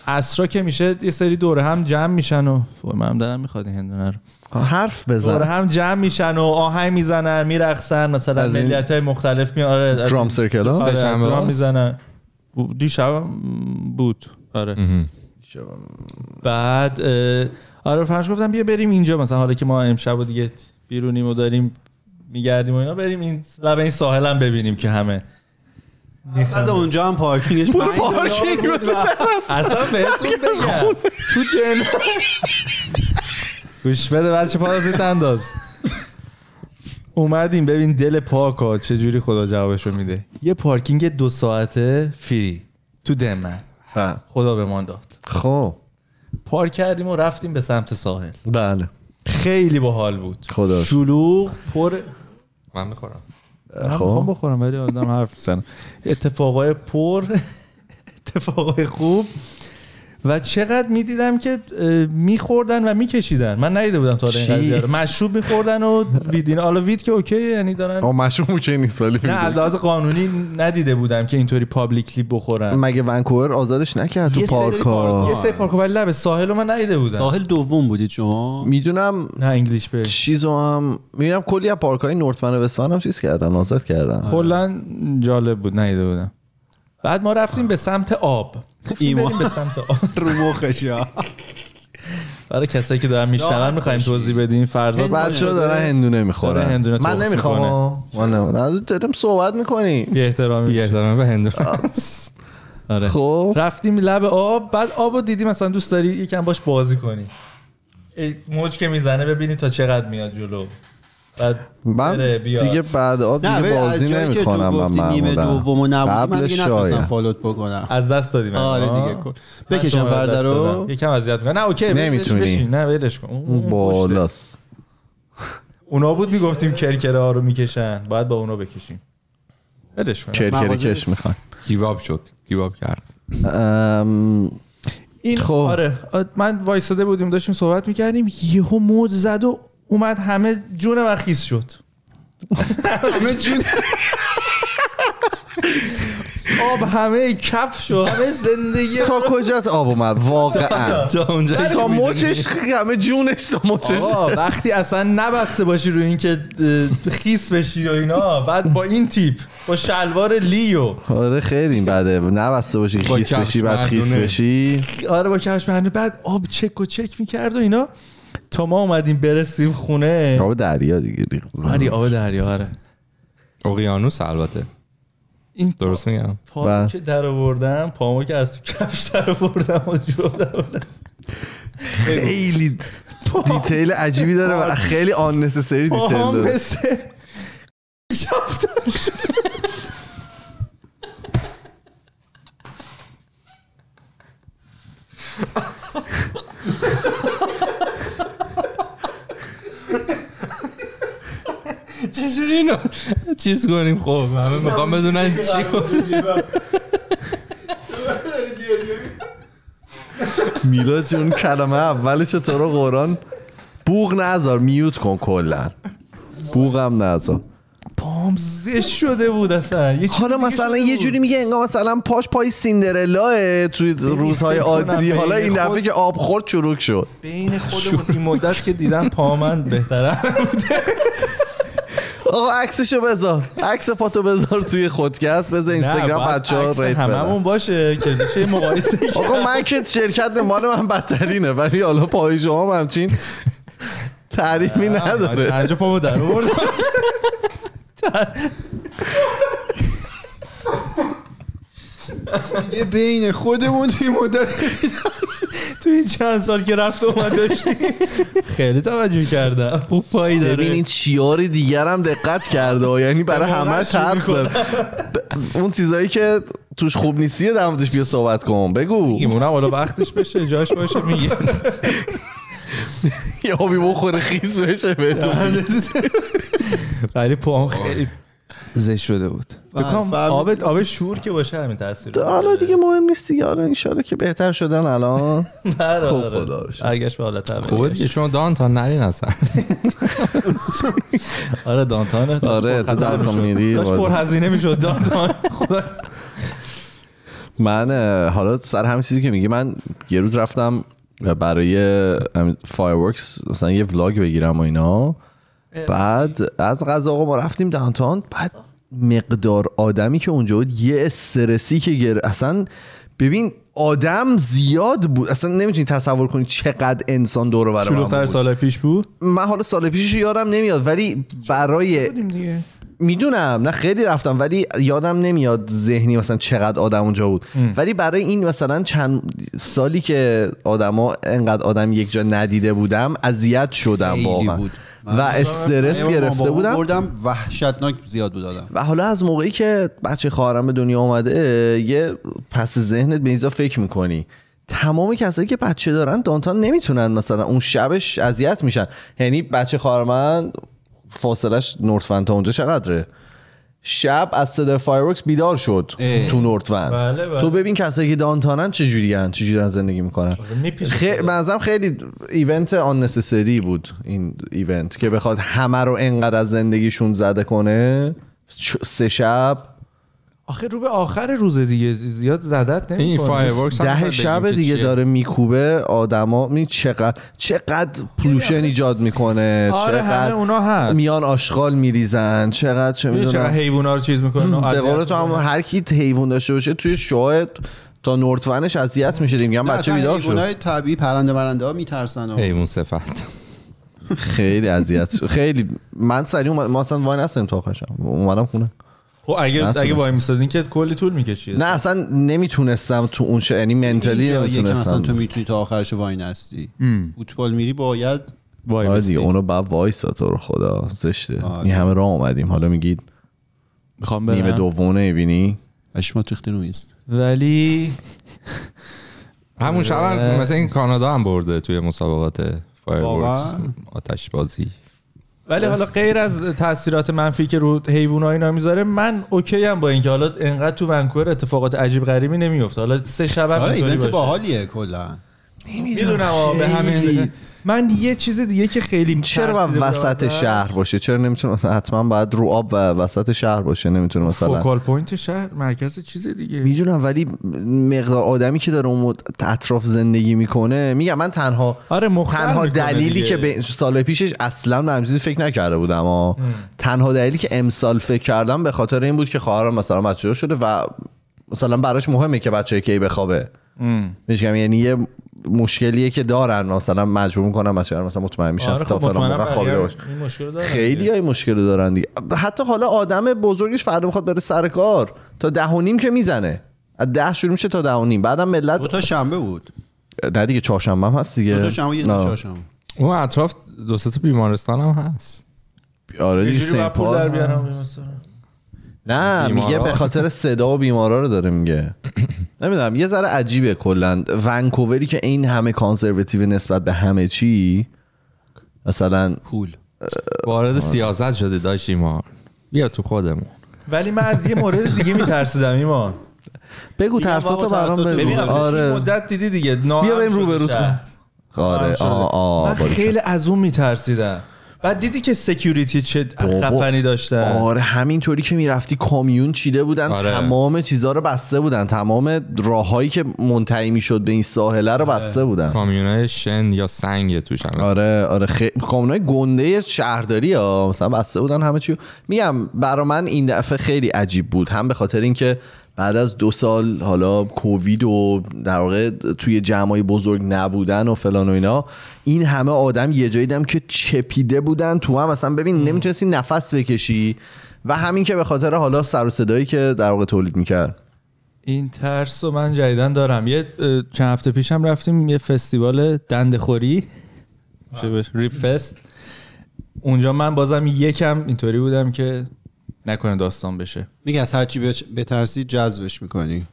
Speaker 3: اسرا که میشه یه سری دوره هم جمع میشن و وای، من هم دارم میخواد این هندونه رو
Speaker 1: حرف بزن
Speaker 3: دوره هم جمع میشن و آهنگ میزنن میرقصن مثلا
Speaker 1: از این-
Speaker 3: ملیت های مختلف میاره
Speaker 1: درام سرکل ها؟
Speaker 3: آره
Speaker 4: سه‌شنبه
Speaker 3: درام
Speaker 4: هاست؟
Speaker 3: میزنن دیشب بود آره بعد اه، آره فرش گفتم بیا بریم اینجا مثلا حالا که ما امشب و دیگه بیرونیم و داریم میگردیم و اینا بریم این لب این ساحل هم ببینیم که همه
Speaker 2: از اونجا هم پارکینگش پنج دلار
Speaker 3: پارکینگ
Speaker 2: بود و
Speaker 3: اصلا بهتون بگم تو دن گوش بده بچه پارازیت انداز اومدیم ببین دل پاکا چجوری خدا جوابش رو میده یه پارکینگ دو ساعته فری تو دمن
Speaker 1: ها.
Speaker 3: خدا به ما داد
Speaker 1: خب
Speaker 3: پارک کردیم و رفتیم به سمت ساحل
Speaker 1: بله
Speaker 3: خیلی باحال بود
Speaker 1: خدا.
Speaker 3: شلوغ پر
Speaker 4: من میخورم
Speaker 3: من میخوام بخورم ولی آدم حرف میزنه اتفاقای پر اتفاقای خوب و چقدر میدیدم که میخوردن و میکشیدن من ندیده بودم تا حالا این
Speaker 1: چی؟
Speaker 3: قضیه رو مشروب میخوردن و ویدین حالا وید که اوکی یعنی دارن
Speaker 1: آه مشروب اوکی نیست ولی
Speaker 3: نه از لحاظ قانونی ندیده بودم که اینطوری پابلیکلی بخورن
Speaker 1: مگه ونکوور آزادش نکرد تو
Speaker 2: یه سری
Speaker 1: پارک
Speaker 2: پارک‌ها.
Speaker 1: ها
Speaker 3: یه سری پارکو ولی لب ساحل رو من ندیده بودم
Speaker 2: ساحل دوم بودید شما
Speaker 1: میدونم
Speaker 3: نه انگلیش به
Speaker 1: چیزو هم میبینم کلی از پارک های نورتون و وستون هم چیز کردن آزاد
Speaker 3: خب،
Speaker 1: کردن
Speaker 3: کلا جالب بود ندیده بودم بعد ما رفتیم به سمت آب
Speaker 2: ایمان.
Speaker 3: بریم به سمت آب
Speaker 2: رو مخش
Speaker 3: برای کسایی که دارن میشنون
Speaker 2: راحت
Speaker 3: میخوایم
Speaker 2: باشی.
Speaker 3: توضیح بدین فرض
Speaker 1: بچه ها دارن هندونه میخورن
Speaker 3: داره هندونه
Speaker 1: من
Speaker 3: تخس
Speaker 1: نمیخوام
Speaker 3: می‌کنه.
Speaker 1: آه. من نمی‌خوام. داریم صحبت میکنیم
Speaker 3: بی احترامی
Speaker 4: بی احترامی به هندو
Speaker 3: آره.
Speaker 1: خب
Speaker 3: رفتیم لب آب بعد آب رو دیدی مثلا دوست داری یکم باش بازی کنی ای، موج که میزنه ببینی تا چقدر میاد جلو بعد
Speaker 1: من
Speaker 3: بره، بله، بیا.
Speaker 1: دیگه بعد آب
Speaker 2: نه
Speaker 1: دیگه
Speaker 2: ولی از
Speaker 1: بازی
Speaker 2: جایی که تو
Speaker 1: نمیکنم من
Speaker 2: گفتی نیمه
Speaker 1: معمولا.
Speaker 2: دومو نبودی من
Speaker 1: قبل
Speaker 2: دیگه نتونستم
Speaker 1: شاید
Speaker 2: فالوت بکنم
Speaker 3: از دست دادیم
Speaker 2: آره دیگه کن. بکشم پرده رو
Speaker 3: یکم اذیت میکنه نه اوکی بش-
Speaker 1: نمیتونی.
Speaker 3: بشین. نه ولش کن اون- اون پشته.
Speaker 1: بالاست
Speaker 3: اونا بود میگفتیم کرکره ها رو میکشن باید با اونا بکشیم ولش کن
Speaker 1: کرکری
Speaker 2: مغازه
Speaker 1: کش میخوان
Speaker 4: گیواب شد گیواب کرد
Speaker 3: این
Speaker 1: خب.
Speaker 3: آره آ، من وایساده بودیم داشتیم صحبت میکردیم یهو موج زد و اومد همه جون من خیس شد
Speaker 2: همه جون
Speaker 3: آب همه کف شد همه زندگی
Speaker 1: تا کجات آب اومد واقعا
Speaker 4: تا اونجا
Speaker 1: تا مچش همه جونش تا مچش
Speaker 3: آقا وقتی اصلا نبسته باشی رو اینکه اه، خیس بشی و اینا بعد با این تیپ با شلوار لیو
Speaker 1: آره خیلی این بده نبسته باشی
Speaker 4: با
Speaker 1: خیس
Speaker 4: کفش
Speaker 1: بشی بعد خیس
Speaker 4: مردونه.
Speaker 1: بشی
Speaker 3: آره با کفش پهنه بعد آب چک و چک میکرد و اینا تا ما اومدیم برسیم خونه
Speaker 1: آب دریا دیگه ریخ بزن.
Speaker 3: آره آب دریا آره
Speaker 4: اقیانوس البته
Speaker 3: این
Speaker 4: درست میگم
Speaker 3: پامو
Speaker 1: بله.
Speaker 3: که در آوردم پامو که از تو کفش در آوردم و جلو در آوردم
Speaker 1: خیلی دیتیل عجیبی داره و خیلی آن نسسری دیتیل
Speaker 3: پاهم
Speaker 1: داره
Speaker 3: مثل شفتم شد.
Speaker 4: چجوری اینو چیز کنیم خب همه میخوام بدونن چی گفت
Speaker 1: میلاد جون کلمه اولش تو رو قرآن بوغ نذار میوت کن کلا بوغم نذار
Speaker 3: پام زش شده بود اصلا یه چیز
Speaker 1: حالا
Speaker 3: دیگه
Speaker 1: مثلا
Speaker 3: شده
Speaker 1: یه
Speaker 3: بود.
Speaker 1: جوری میگه انگار مثلا پاش پای سیندرلا توی روزهای
Speaker 3: فکر کنم
Speaker 1: عادی
Speaker 3: بین
Speaker 1: حالا این
Speaker 3: خود-
Speaker 1: دفعه که آب خورد چروک شد
Speaker 3: بین خودمون این مدت که دیدم پامن بهتره
Speaker 1: آقا عکسشو بذار عکس پاتو بذار توی خودکست بذار اینستاگرام بچه ها ریت بدن
Speaker 3: هممون باشه که بشه یه مقایسه کرد.
Speaker 1: آقا من که شرکت مال من بدترینه ولی حالا پای شما هم همچین تعریفی نداره
Speaker 3: چند جا پامو در آورد
Speaker 2: یه بین خودمون توی مدت
Speaker 3: تو این چند سال که رفت و اومد داشتی خیلی توجه کردم خوب پایی
Speaker 1: ببین این چیار دیگر هم دقت کرده و یعنی برای
Speaker 3: واقعا
Speaker 1: همه
Speaker 3: شروع
Speaker 1: حرف داره ب- اون چیزایی که توش خوب نیستی در موردش بیا صحبت کن بگو
Speaker 3: اونم حالا وقتش بشه جاش باشه میگه
Speaker 1: یه آبی بخوره خیس بشه بهتون
Speaker 3: ولی پام خیلی
Speaker 4: زش شده بود
Speaker 3: بکنم
Speaker 2: فهمیدم.
Speaker 3: آب آب شور که باشه همین تاثیر
Speaker 1: حالا دیگه مهم نیست دیگه حالا انشالله که بهتر شدن الان خب، خدا رو شکر.
Speaker 3: آره،
Speaker 1: خب،
Speaker 3: برگشت به حالت اول
Speaker 4: خوبه دیگه شما دان تا نرین اصلا
Speaker 3: آره دانتان
Speaker 1: آره، تو دانتان میری،
Speaker 3: داشت
Speaker 1: باید.
Speaker 3: پر هزینه میشد دانتان خدا
Speaker 1: من اه، حالا سر همین چیزی که میگی من یه روز رفتم برای همین فایرورکس مثلا یه ولاگ بگیرم و اینا بعد از غذا آقا ما رفتیم دانتان بعد مقدار آدمی که اونجا بود یه استرسی که گر اصلا ببین آدم زیاد بود اصلا نمیتونی تصور کنی چقدر انسان دور و برم هم
Speaker 3: شلوغ‌تر
Speaker 1: بود.
Speaker 3: سال پیش بود
Speaker 1: من حالا سال پیشش یادم نمیاد ولی برای
Speaker 3: دیگه
Speaker 1: میدونم نه خیلی رفتم ولی یادم نمیاد ذهنی مثلا چقدر آدم اونجا بود ولی برای این مثلا چند سالی که آدما انقدر آدم یک جا ندیده بودم اذیت شدم
Speaker 2: خیلی
Speaker 1: واقعا
Speaker 2: بود.
Speaker 1: و استرس گرفته بودم
Speaker 2: بردم وحشتناک زیاد بود آدم
Speaker 1: و حالا از موقعی که بچه خواهرم به دنیا آمده یه پس ذهنت به اینجا فکر میکنی تمام کسایی که بچه دارن دانتان نمیتونن مثلا اون شبش اذیت میشن یعنی بچه خواهر من فاصلش نورتفن تا اونجا چقدره شب از صدای فایرورکس بیدار شد
Speaker 2: اه.
Speaker 1: تو نورتون
Speaker 3: بله، بله.
Speaker 1: تو ببین کسایی که دانتانن چه جوری هن چه جوری دارن زندگی میکنن
Speaker 3: می‌پیچه
Speaker 1: خیلی منظرم خیلی ایونت آن بود این ایونت که بخواد همه رو انقدر از زندگیشون زده کنه چ- سه شب
Speaker 3: آخه رو به آخر روز دیگه زیاد زدت نمیکنه
Speaker 4: این فایرورکس هم
Speaker 1: ده
Speaker 4: نباید
Speaker 1: شب
Speaker 4: بگیم
Speaker 1: دیگه
Speaker 4: چیه.
Speaker 1: داره میکوبه آدما می چقدر چقدر پلوشن ایجاد میکنه
Speaker 3: آره همه
Speaker 1: چقدر
Speaker 3: اونا هست
Speaker 1: میان آشغال میریزن چقدر چه
Speaker 3: می‌دونی چقدر
Speaker 1: میدونم
Speaker 3: حیونا رو چیز میکنه
Speaker 1: به قول تو هم هر کی حیوان داشته باشه توی شاه تا نورتونش اذیت میشه دیگه میگم بچه بیدار شد
Speaker 2: حیوانای طبیعی پرنده برنده ها میترسن و
Speaker 4: حیوان صفت
Speaker 1: خیلی اذیت شد. خیلی من سری اومد ما اصلا وای نستیم تا آخرشم اومدم خونه
Speaker 3: خب اگه اگه
Speaker 1: نتونستم.
Speaker 3: وای میسادین که کلی طول میکشید
Speaker 1: نه اصلا نمیتونستم تو اون ش... یعنی منتلی
Speaker 2: اینجا یکم اصلا تو
Speaker 1: نمیتونستم
Speaker 2: میتونی تا آخرش وای نستی فوتبال میری باید
Speaker 3: وای
Speaker 1: آره دیگه
Speaker 3: میسادین.
Speaker 1: اونو بعد وایسا تو رو خدا زشته این همه راه اومدیم حالا میگید
Speaker 3: میخوام
Speaker 1: نیمه
Speaker 3: برم
Speaker 1: دوم نمیبینی
Speaker 2: اشما تخته نویست
Speaker 3: ولی
Speaker 4: همون شب هم مثلا این کانادا هم برده توی مسابقات فایرورکس
Speaker 2: واقعا؟
Speaker 4: آتش بازی
Speaker 3: ولی حالا غیر از تاثیرات منفی که رو حیوان اینا میذاره من اوکی ام با اینکه حالا انقدر تو ونکوور اتفاقات عجیب غریبی نمیفته حالا سه شب هم
Speaker 2: آره
Speaker 3: اینطوری
Speaker 2: ایونت
Speaker 3: باشه.
Speaker 2: باحالیه کلا
Speaker 3: میدونم آه، به همین
Speaker 2: خیلی.
Speaker 3: من یه چیز دیگه که خیلی
Speaker 1: چرا باید
Speaker 3: ترسیده بودم
Speaker 1: وسط
Speaker 3: ازش،
Speaker 1: شهر باشه چرا نمیتونه مثلا حتما باید رو آب و وسط شهر باشه نمیتونه مثلا
Speaker 3: فوکال پوینت شهر مرکز چیز دیگه
Speaker 1: میدونم ولی مقدار آدمی که داره اون مد- اطراف زندگی میکنه میگم من تنها
Speaker 3: آره مختل
Speaker 1: تنها
Speaker 3: می‌کنه
Speaker 1: دلیلی
Speaker 3: دیگه.
Speaker 1: که به سال پیشش اصلا به همچین چیزی فکر نکرده بودم ها تنها دلیلی که امسال فکر کردم به خاطر این بود که خواهرم مثلا بچه دار شده و مثلا براش مهمه که بچه کی بخوابه میگم یعنی یه مشکلیه که دارن مثلا مجبور میکنن بچه رو مثلا مطمئن میشن
Speaker 3: آره،
Speaker 1: تا
Speaker 3: خب،
Speaker 1: فلان
Speaker 3: مطمئناً
Speaker 1: موقع خوابیده
Speaker 3: بقیه
Speaker 1: باشه
Speaker 3: این مشکل رو دارن
Speaker 1: خیلی
Speaker 3: دیگه.
Speaker 1: های مشکل رو دارن دیگه حتی حالا آدم بزرگش فردا میخواد بره سر کار تا ده و نیم که میزنه از ده شروع میشه تا ده و نیم بعدم ملت
Speaker 2: دو تا شنبه بود
Speaker 1: نه دیگه چهارشنبه هم هست دیگه
Speaker 2: دو تا شنبه یه دو
Speaker 1: نه.
Speaker 2: چهارشنبه.
Speaker 4: اون اطراف دو سه تا بیمارستان هم هست
Speaker 1: آره دیگه
Speaker 3: چجوری
Speaker 1: سین
Speaker 3: باید پول در
Speaker 1: پال
Speaker 3: بیارم مثلا؟
Speaker 1: نه
Speaker 4: بیمارا.
Speaker 1: میگه به خاطر صدا و بیمارا رو داره میگه نمیدونم یه ذره عجیبه کلا ونکووری که این همه کانسرواتیو نسبت به همه چی مثلا
Speaker 2: پول
Speaker 4: وارد سیاست شده داشت ما بیا تو خودمون
Speaker 3: ولی من از یه مورد دیگه میترسیدم ایمان
Speaker 1: بگو
Speaker 2: میگم
Speaker 1: ترساتو
Speaker 2: بابا
Speaker 1: برام
Speaker 2: ترساتو
Speaker 1: بگو
Speaker 2: بگو.
Speaker 3: آره.
Speaker 1: آره
Speaker 3: مدت دیدی دیگه ناهم
Speaker 1: بیا بریم
Speaker 3: شده
Speaker 1: روبرو
Speaker 3: شهر.
Speaker 1: کن. آره
Speaker 3: ناهم شده.
Speaker 1: آه آه
Speaker 3: من
Speaker 1: باریکلا.
Speaker 3: خیلی از اون میترسیدم بعد دیدی که سکیوریتی چه
Speaker 1: بابا.
Speaker 3: خفنی داشتن
Speaker 1: آره همینطوری که میرفتی کامیون چیده بودن
Speaker 4: آره.
Speaker 1: تمام چیزها رو بسته بودن تمام راههایی که منتهی میشد به این ساحله رو بسته بودن
Speaker 4: کامیونای شن یا سنگ توش هم
Speaker 1: آره آره خیلی کامیونای گنده شهرداری ها مثلا بسته بودن همه چی رو. میگم برا من این دفعه خیلی عجیب بود هم به خاطر اینکه بعد از دو سال حالا کووید و در واقع توی جمعای بزرگ نبودن و فلان و اینا این همه آدم یه جایی دیدم که چپیده بودن تو هم مثلا ببین نمیتونستی نفس بکشی و همین که به خاطر حالا سر و صدایی که در واقع تولید میکرد
Speaker 3: این ترس رو من جدیدن دارم یه اه، چند هفته پیشم رفتیم یه فستیوال دندخوری میشه بهش ریپ فست اونجا من بازم یکم اینطوری بودم که نکنه داستان بشه
Speaker 2: میگه از هرچی بچ- بترسی جذبش میکنی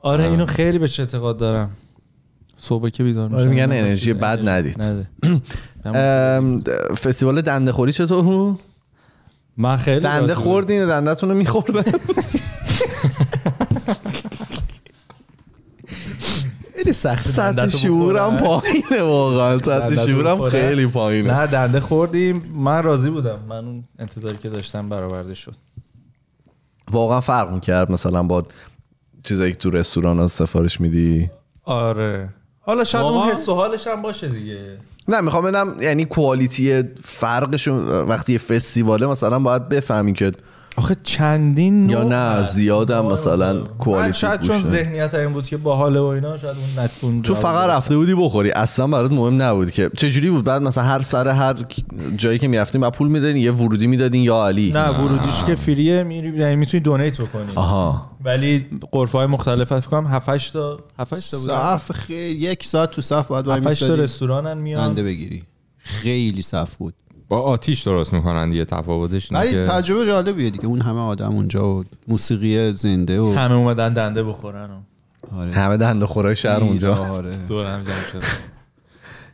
Speaker 3: آره اینو خیلی بهش اعتقاد دارم صبح که بیدار میشم
Speaker 1: آره، میگن انرژی بد ندید.
Speaker 3: نده.
Speaker 1: ام، د- فستیوال دنده خوری چطور بود؟
Speaker 3: من خیلی
Speaker 1: دنده
Speaker 3: راضی بودم.
Speaker 1: خوردین دندتون رو میخوردن خیلی سخت سطح
Speaker 3: دندتو
Speaker 1: شعورم
Speaker 3: بخورن.
Speaker 1: پایینه واقعا سطح
Speaker 3: دندتو
Speaker 1: شعورم
Speaker 3: بخورن.
Speaker 1: خیلی پایینه
Speaker 3: نه دنده خوردیم من راضی بودم من اون انتظاری که داشتم برآورده شد
Speaker 1: واقعا فرق میکرد مثلا با چیزایی که تو رستوران ها سفارش میدی
Speaker 3: آره حالا شاید اون
Speaker 2: واقعا؟
Speaker 3: حس و حالش هم باشه دیگه
Speaker 1: نه میخوام ببینم یعنی کوالیتی فرقش وقتی یه فستیواله مثلا باید بفهمی که
Speaker 3: آخه چندین
Speaker 1: یا نه زیادم مثلا
Speaker 3: من
Speaker 1: کوالیتی
Speaker 3: شاید چون
Speaker 1: گوشه.
Speaker 3: ذهنیت این بود که باحاله و اینا شاید اون نتون
Speaker 1: تو فقط رفته بودی بخوری اصلا برات مهم نبود که چجوری بود بعد مثلا هر سر هر جایی که میرفتیم بعد پول میدادین یه ورودی میدادین یا علی
Speaker 3: نه ورودیش که فریه میری یعنی میتونی دونیت بکنی
Speaker 1: آها
Speaker 3: ولی قرفه های مختلف فکر کنم 7 8 تا 7 8 تا بود
Speaker 2: صف خیلی یک ساعت تو صف باید وای
Speaker 3: 7 8 تا
Speaker 2: میسادی
Speaker 3: رستورانن میان
Speaker 2: دنده بگیری خیلی صف بود
Speaker 4: با آتیش درست میکنن دیگه تفاوتش اینه
Speaker 2: ولی
Speaker 4: که
Speaker 2: تجربه جالبیه دیگه اون همه آدم اونجا و موسیقی زنده و
Speaker 3: همه اومدن دنده بخورن و
Speaker 2: آره
Speaker 1: همه دنده خورای شهر اونجا
Speaker 2: آره.
Speaker 4: دور هم جمع شدن.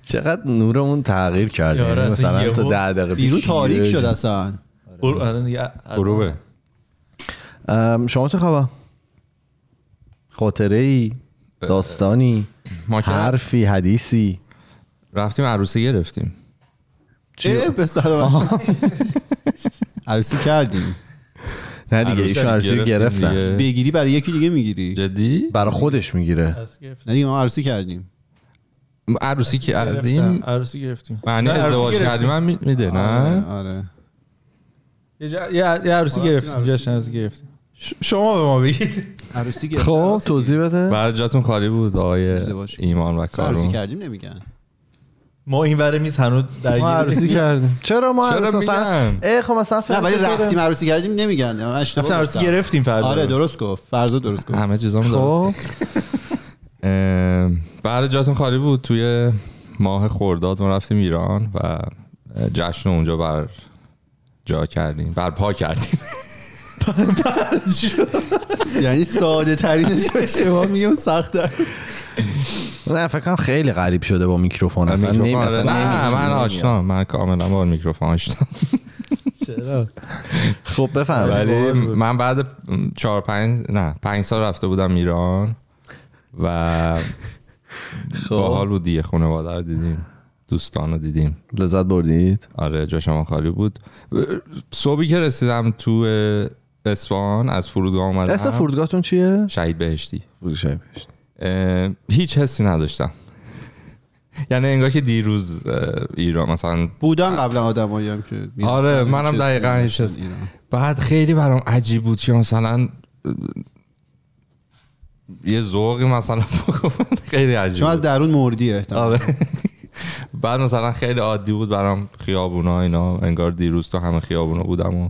Speaker 1: چقدر نورمون تغییر کرد
Speaker 3: یاره،
Speaker 1: یعنی
Speaker 3: اصلا
Speaker 1: مثلا
Speaker 3: یهو
Speaker 1: تا ده دقیقه
Speaker 2: بیرون
Speaker 1: پیش
Speaker 2: تاریک
Speaker 1: یه
Speaker 2: شد
Speaker 1: جا-
Speaker 3: آره
Speaker 2: اصلا
Speaker 3: غروب- الان دیگه از-
Speaker 4: غروبه
Speaker 1: ام، شما چه خبر خاطره ای داستانی
Speaker 4: ما که
Speaker 1: حرفی حدیثی
Speaker 4: رفتیم عروسی گرفتیم
Speaker 2: چه به سلامت عروسی کردیم
Speaker 1: نه دیگه
Speaker 4: عروسش
Speaker 1: ایشون عروسی
Speaker 4: گرفتیم
Speaker 1: گرفتن
Speaker 4: دیگه.
Speaker 2: بگیری برای یکی دیگه میگیری
Speaker 4: جدی
Speaker 1: برای خودش میگیره
Speaker 2: نه دیگه ما عروسی کردیم
Speaker 4: عروسی که
Speaker 3: گرفتم.
Speaker 4: کردیم
Speaker 3: عروسی گرفتیم
Speaker 4: معنی
Speaker 3: نه، عروسی
Speaker 4: ازدواج
Speaker 3: گرفتیم.
Speaker 4: کردیم هم می- میده
Speaker 2: آره
Speaker 4: نه
Speaker 2: آره
Speaker 3: یه جا- یه یه عروسی
Speaker 2: آره،
Speaker 3: گرفتیم
Speaker 2: عروسی.
Speaker 3: جاش عروسی گرفتیم ش- شما به ما بگید
Speaker 2: عروسی گرفتیم.
Speaker 1: خب
Speaker 2: عروسی
Speaker 1: توضیح بده
Speaker 4: بعد جاتون خالی بود آقای
Speaker 2: ازدواج.
Speaker 4: ایمان و
Speaker 2: گرفتیم. عروسی
Speaker 4: کارون
Speaker 2: کردیم نمیگن
Speaker 3: ما این ور میز هنوز
Speaker 1: ما عروسی کردیم چرا ما
Speaker 4: چرا
Speaker 1: عروس مثلا
Speaker 4: میگم؟
Speaker 1: ای خب مثلا
Speaker 2: نه ولی
Speaker 1: فرشته داره.
Speaker 2: رفتیم عروسی کردیم نمیگن من اشتباه
Speaker 3: رفتیم عروسی
Speaker 2: گفتم.
Speaker 3: گرفتیم فردا
Speaker 2: آره درست گفت فرضا درست گفت
Speaker 4: همه چیزامون درسته
Speaker 1: خب
Speaker 4: ام، بله جاتون خالی بود توی ماه خرداد ما رفتیم ایران و جشن رو اونجا بر جا کردیم برپا کردیم
Speaker 2: یعنی ساده ترینش بشه ما میگم سخت
Speaker 1: خب. نه فکر کنم خیلی غریب شده با میکروفون اصلا
Speaker 4: میکروفون،
Speaker 1: نمی
Speaker 4: آره.
Speaker 1: اصلا
Speaker 4: نه
Speaker 1: نمی‌دونم.
Speaker 4: من آشنا من کاملا با میکروفون آشنا
Speaker 3: چرا
Speaker 1: خب بفهم
Speaker 4: ولی من بعد چهار پنج نه پنج سال رفته بودم ایران و
Speaker 1: خب.
Speaker 4: باحال بود دیگه خانواده رو دیدیم دوستان رو دیدیم
Speaker 1: لذت بردید
Speaker 4: آره جا شما خالی بود صبحی که رسیدم تو اسفان از فرودگاه اومدم
Speaker 1: اسم فرودگاهتون چیه
Speaker 4: شهید بهشتی
Speaker 1: فرودگاه
Speaker 4: اه، هیچ حسی نداشتم یعنی انگار که دیروز اه، ایران مثلا
Speaker 2: بودن قبلا آدمایی هم که می-
Speaker 4: آره، منم
Speaker 2: چیز
Speaker 4: دقیقاً هیچ چیز.
Speaker 2: ایران.
Speaker 4: بعد خیلی برام عجیب بود که مثلا اه، یه ذوقی مثلا خیلی عجیب
Speaker 2: شما از
Speaker 4: بود.
Speaker 2: درون مردی احتمال
Speaker 4: آره بعد مثلا خیلی عادی بود برام خیابونا اینا انگار دیروز تو همه خیابونا بودم و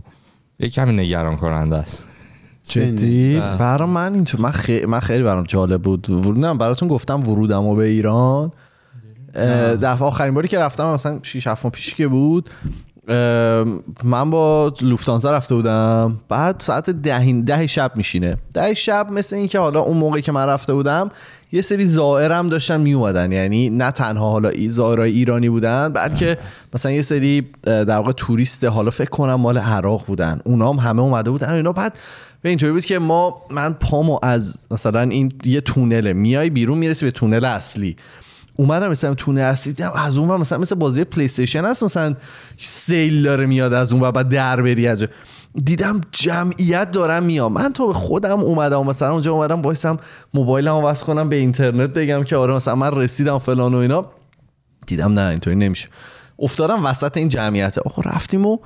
Speaker 4: یه کمی نگران کننده است
Speaker 1: جدی
Speaker 4: بله.
Speaker 1: برا من این من, خی... من خیلی برام جالب بود ورودم براتون گفتم ورودم و به ایران اه، دفعه آخرین باری که رفتم مثلا 6 7 ماه پیش که بود اه، من با لوفتانزا رفته بودم بعد ساعت ده, ده شب میشینه ده شب مثل اینکه حالا اون موقعی که من رفته بودم یه سری زائرم داشتن میومدن یعنی نه تنها حالا ای- زائرای ایرانی بودن بلکه مثلا یه سری اه، در واقع توریست حالا فکر کنم مال عراق بودن اونام هم همه اومده بودن و اینا بعد به اینطوری بود که ما من پامو از مثلا این یه تونله میای بیرون میرسی به تونل اصلی اومدم مثلا تونه اصلی دیدم از اون و مثلا مثل بازی پلی استیشن هست مثلا سیل داره میاد از اون و بعد در بری از جا. دیدم جمعیت دارم میام من تا به خودم اومدم مثلا اونجا اومدم وایسم موبایلم رو وصل کنم به اینترنت بگم که آره مثلا من رسیدم فلان و اینا دیدم نه اینطوری نمیشه افتادم وسط این جمعیت آخه رفتیم و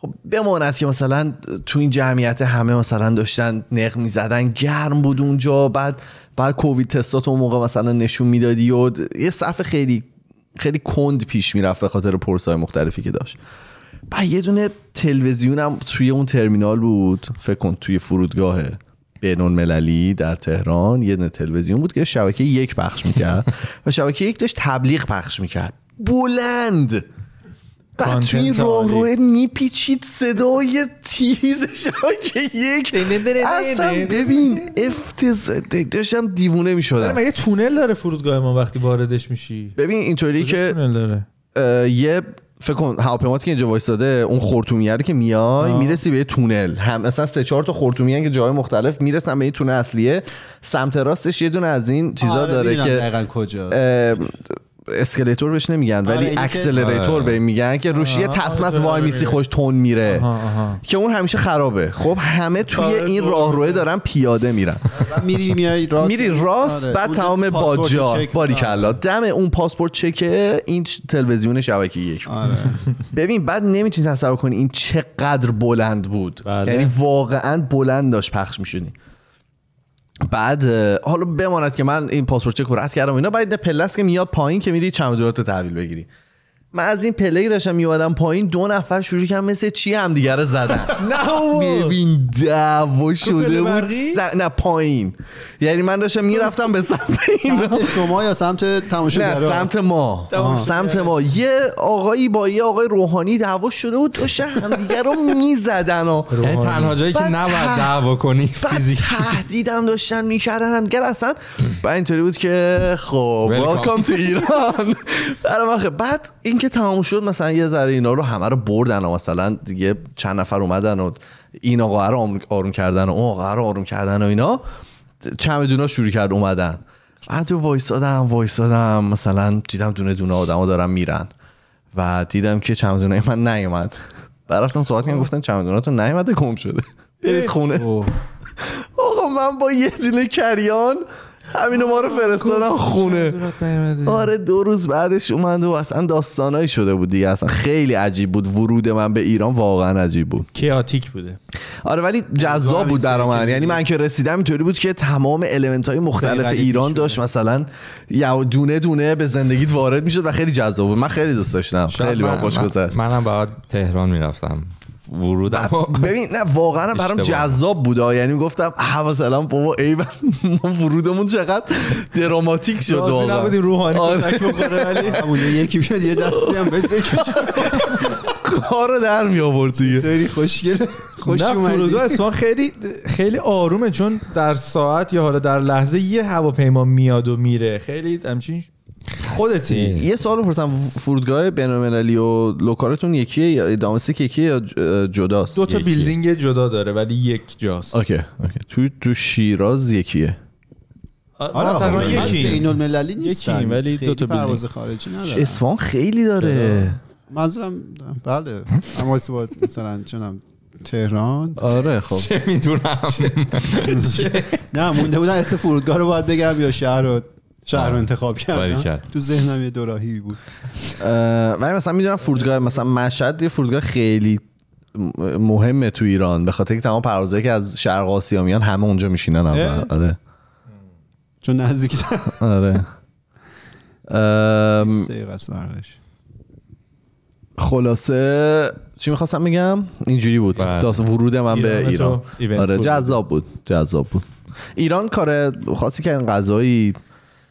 Speaker 1: خب بماند که مثلا تو این جمعیت همه مثلا داشتن نق میزدن گرم بود اونجا بعد بعد کووید تستات اون موقع مثلا نشون میدادی و د- یه صف خیلی خیلی کند پیش میرفت به خاطر پرسای مختلفی که داشت بعد یه دونه تلویزیونم توی اون ترمینال بود فکر کن توی فرودگاه بین المللی در تهران یه دونه تلویزیون بود که شبکه یک پخش میکرد و شبکه یک داشت تبلیغ پخش میکرد بلند بعد توی این
Speaker 3: کانتنت عالی.
Speaker 1: راهروه میپیچید صدای تیز شبکه یک اصلا ببین افتضاح داشتم دیوونه میشدم
Speaker 3: مگه تونل داره فرودگاه ما وقتی واردش میشی
Speaker 1: ببین اینطوری که
Speaker 3: تونل داره
Speaker 1: اه، یه فکر کن هواپیمات که اینجا وایستاده اون خورتومیه رو که میای میرسی به یه تونل هم مثلا سه چهار تا خورتومیه که جای مختلف میرسن به این تونل اصلیه سمت راستش یه دونه از این چیزا
Speaker 2: آره،
Speaker 1: داره
Speaker 2: می‌دونم
Speaker 1: که
Speaker 2: دقیقاً کجا
Speaker 1: اه، اسکلتور بهش نمیگن
Speaker 2: آره،
Speaker 1: ولی
Speaker 2: اینی که-
Speaker 1: اکسلراتور به این میگن که روش یه
Speaker 3: آه،
Speaker 1: تسمه از
Speaker 3: آره،
Speaker 1: وای
Speaker 3: آره،
Speaker 1: میسی
Speaker 3: آره.
Speaker 1: خوش تون میره
Speaker 3: آها، آها.
Speaker 1: که اون همیشه خرابه خب همه توی
Speaker 3: آره،
Speaker 1: این
Speaker 3: درست.
Speaker 1: راهروه دارن پیاده میرن
Speaker 2: میری میای راست
Speaker 1: میری راست
Speaker 2: آره،
Speaker 1: بعد
Speaker 2: اونجا
Speaker 1: تمام
Speaker 2: پاسپورت
Speaker 1: باجا
Speaker 2: چک
Speaker 1: باریکلا دم اون پاسپورت چکه این تلویزیون شبکه یک بود.
Speaker 2: آره
Speaker 1: ببین بعد نمیتونی تصور کنی این چقدر بلند بود
Speaker 3: بله.
Speaker 1: یعنی واقعا بلند داشت پخش میشونی بعد اه، حالا بماند که من این پاسپورت چک رو رد کردم و اینا بعد پلس که میاد پایین که میری چمدونات رو تحویل بگیری من از این پله که داشتم میومدم پایین دو نفر شروع کردن مثل چی همدیگه رو زدن
Speaker 3: نه
Speaker 1: ببین دعوا شده
Speaker 3: پله
Speaker 1: بود
Speaker 3: برقی؟
Speaker 1: س- نه پایین یعنی من داشتم میرفتم به سمت این
Speaker 2: سمت شما یا سمت
Speaker 1: نه
Speaker 2: تماشاگرا
Speaker 1: سمت ما سمت ما یه آقایی با یه آقای روحانی دعوا شده بود داشتن همدیگه رو میزدن و
Speaker 4: یعنی تنها جایی که
Speaker 1: بعد
Speaker 4: نباید
Speaker 1: ته-
Speaker 4: دعوا کنی
Speaker 1: بعد
Speaker 4: فیزیک
Speaker 1: تهدیدم داشتن میکردن همدیگه رو اصلا بعد اینطوری بود که خب
Speaker 4: Welcome.
Speaker 1: welcome تو ایران برای من خیلی- بعد این که تمام شد مثلا یه ذره اینا رو همه رو بردن و مثلا دیگه چند نفر اومدن و این آقا رو آم- آروم کردن و اون آقا رو آروم کردن و اینا چمدونا شروع کرد اومدن من تو وایسادم وایسادم مثلا دیدم دونه دونه آدما دارن میرن و دیدم که چمدونه من نیومد بعد رفتم صحبت کردم گفتن چمدوناتون نیومده گم شده برید خونه
Speaker 2: اوه.
Speaker 1: آقا من با یه دونه کریان همینو ما رو فرستادم خونه آره دو روز بعدش اومد و اصلا داستانایی شده بود دیگه اصلا خیلی عجیب بود ورود من به ایران واقعا عجیب بود
Speaker 3: کیاتیک بوده
Speaker 1: آره ولی جذاب بود برا من یعنی من که رسیدم اینطوری بود که تمام المنت های مختلف
Speaker 2: دقیقاً
Speaker 1: ایران
Speaker 2: شده.
Speaker 1: داشت مثلا یا دونه دونه به زندگیت وارد میشد و خیلی جذاب بود من خیلی دوست داشتم
Speaker 4: شاید
Speaker 1: خیلی بهم
Speaker 4: من-
Speaker 1: خوش
Speaker 4: من-
Speaker 1: گذشت
Speaker 4: منم باید تهران میرفتم ورود
Speaker 1: ببین نه واقعا برام
Speaker 4: اشتباه.
Speaker 1: جذاب بود آه. یعنی گفتم هوا سلام بابا ای بابا، ما ورودمون چقدر دراماتیک شد
Speaker 3: راضی
Speaker 1: واقعا
Speaker 3: نبودی روحانی
Speaker 1: آره.
Speaker 3: کتک بخوره ولی
Speaker 2: همون یکی بیاد یه دستی هم بهت بکشه
Speaker 1: کارو در می آورد دیگه
Speaker 2: داری خوشگل خوش
Speaker 3: نه فرودگاه
Speaker 2: اومدی
Speaker 3: اصفهان خیلی خیلی آرومه چون در ساعت یا حالا در لحظه یه هواپیما میاد و میره خیلی همچین خودتی
Speaker 1: یه سوال بپرسم فرودگاه بین‌المللی و لوکارتون یکیه یا دامستیک یکیه یا ج- جداست
Speaker 3: دو تا
Speaker 1: یکی.
Speaker 3: بیلدینگ جدا داره ولی یک جاست
Speaker 1: اوکی اوکی تو تو شیراز یکیه
Speaker 2: آره
Speaker 3: منطقه
Speaker 2: آقا
Speaker 3: یکی.
Speaker 2: یکی بین المللی نیستن
Speaker 3: یکیم، ولی دو
Speaker 2: خیلی
Speaker 3: تا بیلدینگ.
Speaker 2: پرواز خارجی ندارن
Speaker 1: اصفهان خیلی داره
Speaker 2: منظورم بله اما اثبات مثلا چونم تهران
Speaker 1: آره خب
Speaker 4: چه میدونم
Speaker 2: نه مونده بودن اسم فرودگاه رو باید بگم یا شهر رو شهر رو انتخاب کردم
Speaker 4: باریکلا.
Speaker 2: تو ذهنم یه دوراهی بود
Speaker 1: اه، ولی مثلا میدونم فرودگاه مثلا مشهد یه فرودگاه خیلی م- مهمه تو ایران به خاطر که تمام پروازهایی که از شرق آسیا میان همه اونجا میشینن اول
Speaker 2: اه.
Speaker 1: آره
Speaker 2: چون نزدیک
Speaker 1: آره ام،
Speaker 2: دقیقه است برقش
Speaker 1: خلاصه چی میخواستم بگم اینجوری بود
Speaker 4: بله.
Speaker 1: داستان ورود من
Speaker 3: ایران
Speaker 1: به
Speaker 3: تو
Speaker 1: ایران
Speaker 3: ایونت
Speaker 1: آره
Speaker 3: بود.
Speaker 1: جذاب بود جذاب بود ایران کار خاصی که غذایی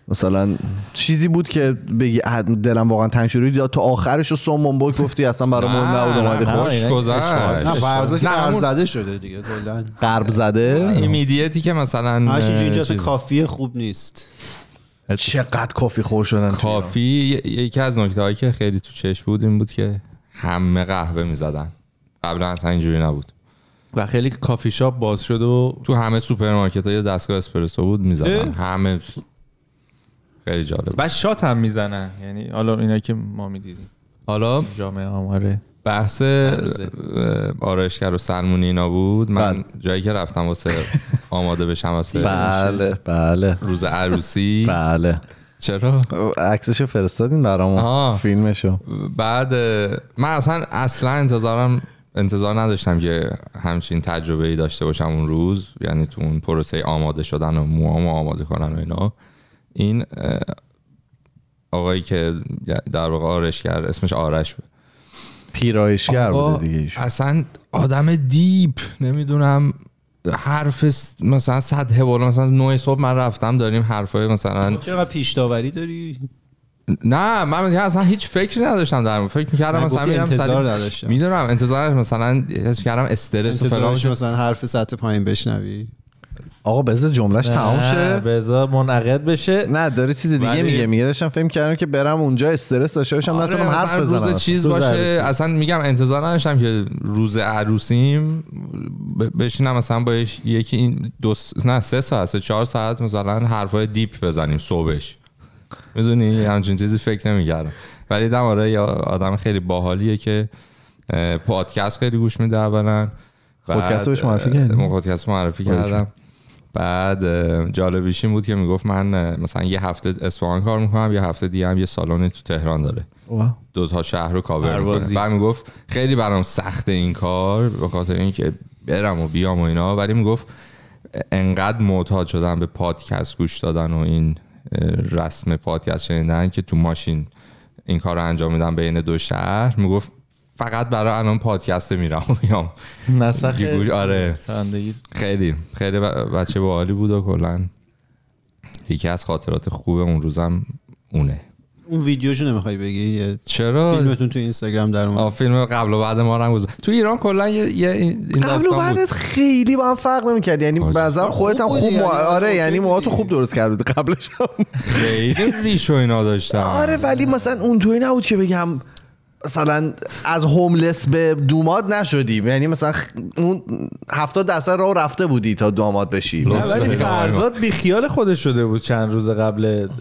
Speaker 1: مثلا چیزی بود که بگی اه، دلم واقعا تنگ شده بود یا تو آخرش رو سومون بود گفتی اصلا برای
Speaker 4: نه،
Speaker 1: من نبود
Speaker 4: نه،
Speaker 1: اومدی
Speaker 4: نه.
Speaker 1: خب
Speaker 4: خوش
Speaker 3: اینا
Speaker 4: گذشت.
Speaker 3: اشتباه.
Speaker 2: نه برزا که
Speaker 4: نه، همون-
Speaker 2: زده شده دیگه کلا
Speaker 1: غرب زده
Speaker 4: بله. ایمیدیتی که مثلا
Speaker 2: هرچی اینجا اصلا
Speaker 4: چیز-
Speaker 2: کافی خوب نیست
Speaker 1: چقدر کافی خور شدن تو ایران.
Speaker 4: کافی ی- یکی از نکته هایی که خیلی تو چشم بود این بود که همه قهوه میزدن قبلا اصلا اینجوری نبود
Speaker 3: و خیلی کافی شاپ باز شد و
Speaker 4: تو همه سوپرمارکت ها یه دستگاه اسپرسو بود میزدن
Speaker 2: اه.
Speaker 4: همه خیلی جالب
Speaker 3: بعد شات هم میزنن یعنی حالا اینا که ما میدیدیم
Speaker 4: حالا
Speaker 3: جامعه آماره
Speaker 4: بحث اه، آرایشگر و سلمونی اینا بود من
Speaker 3: بله.
Speaker 4: جایی که رفتم واسه آماده بشم واسه
Speaker 1: بله بله
Speaker 4: روز عروسی
Speaker 1: بله
Speaker 4: چرا
Speaker 1: عکسشو فرستادین برامون
Speaker 4: آه.
Speaker 1: فیلمشو
Speaker 4: بعد اه، من اصلا اصلا انتظارم انتظار نداشتم که همچین تجربه ای داشته باشم اون روز یعنی تو اون پروسه آماده شدن و موهامو آماده کنن و اینا این اه، آقایی که در واقع آرشگر اسمش آرش بود
Speaker 1: پیرایشگر
Speaker 4: آقا
Speaker 1: بوده دیگه ایشون.
Speaker 4: اصلا آدم دیپ نمیدونم حرف س- مثلا صد بالا مثلا نه صبح من رفتم داریم حرفای مثلا
Speaker 2: چرا پیش داوری داری
Speaker 4: نه من میگم اصلا هیچ فکری نداشتم در مورد فکر میکردم
Speaker 2: نه،
Speaker 4: مثلا
Speaker 2: گفتی
Speaker 4: میرم
Speaker 2: انتظار
Speaker 4: سری-
Speaker 2: نداشتم.
Speaker 4: میدونم انتظار نداشتم. مثلا حس کردم استرس و فلان
Speaker 2: انتظارش
Speaker 4: شد.
Speaker 2: مثلا حرف سطح پایین بشنوی
Speaker 1: آقا بذار جملهش تمام شه
Speaker 3: بذار منعقد بشه
Speaker 1: نه داره چیز دیگه
Speaker 3: ولی-
Speaker 1: میگه میگه داشتم فکر کردم که برم اونجا استرس داشته باشم
Speaker 4: آره،
Speaker 1: نتونم
Speaker 4: مثلا
Speaker 1: حرف بزنم
Speaker 4: روز چیز
Speaker 3: روز
Speaker 4: باشه
Speaker 3: عروسی.
Speaker 4: اصلا میگم انتظار نداشتم که روز عروسیم ب- بشینم مثلا با یش- یکی این دو س- نه سه ساعت سه چهار ساعت مثلا حرفای دیپ بزنیم صبحش میدونی همچین چیزی فکر نمیکردم ولی دم آره یه آدم خیلی باحالیه که اه، پادکست خیلی گوش میده اولا بعد،
Speaker 1: خودکست رو بهش معرفی
Speaker 4: اه،
Speaker 1: کردی؟
Speaker 4: من خودکست معرفی کردم بعد اه، جالبیش این بود که میگفت من اه، مثلا یه هفته اصفهان کار میکنم یه هفته دیگه هم یه سالن تو تهران داره
Speaker 1: واو.
Speaker 4: دو تا شهر رو کاور میکنه
Speaker 3: پروازی.
Speaker 4: بعد میگفت خیلی برام سخته این کار به خاطر اینکه برم و بیام و اینا ولی میگفت انقدر معتاد شدم به پادکست گوش دادن و این اه، رسم پادکست شنیدن که تو ماشین این کار رو انجام میدم بین دو شهر میگفت فقط برای الان پادکست میرم و میام
Speaker 3: نسخ
Speaker 4: یه گوش- آره
Speaker 3: رانندگی.
Speaker 4: خیلی خیلی ب- بچه باحالی بود و کلا یکی از خاطرات خوب اون روزم اونه
Speaker 2: اون ویدیوشو نمیخوای بگی یه
Speaker 4: چرا
Speaker 2: فیلمتون تو اینستاگرام در اومد
Speaker 4: آه فیلم قبل و بعد ما رو هم گذاشت. تو ایران کلا یه, یه این
Speaker 1: قبل و
Speaker 4: این داستان بود خب
Speaker 1: بعدت خیلی با هم فرق نمیکرد یعنی
Speaker 4: آجا.
Speaker 1: به نظر خودت هم
Speaker 2: خوب
Speaker 1: خوب
Speaker 2: بودی،
Speaker 1: مو-
Speaker 2: یعنی
Speaker 1: آره
Speaker 4: خب
Speaker 2: اوکی
Speaker 1: یعنی موهاتو
Speaker 2: بودی.
Speaker 1: خوب درست کرده بودی قبلش هم
Speaker 4: خیلی ریش و اینا داشتم
Speaker 1: آره ولی مثلا اون توی نبود که بگم مثلا از هوملس به دوماد نشدیم یعنی مثلا خ- اون 70 درصد راه رفته بودی تا دوماد بشی
Speaker 4: نه،
Speaker 3: نه، ولی
Speaker 4: دوست دارم.
Speaker 3: فرزاد بیخیال خودش شده بود چند روز قبل اه،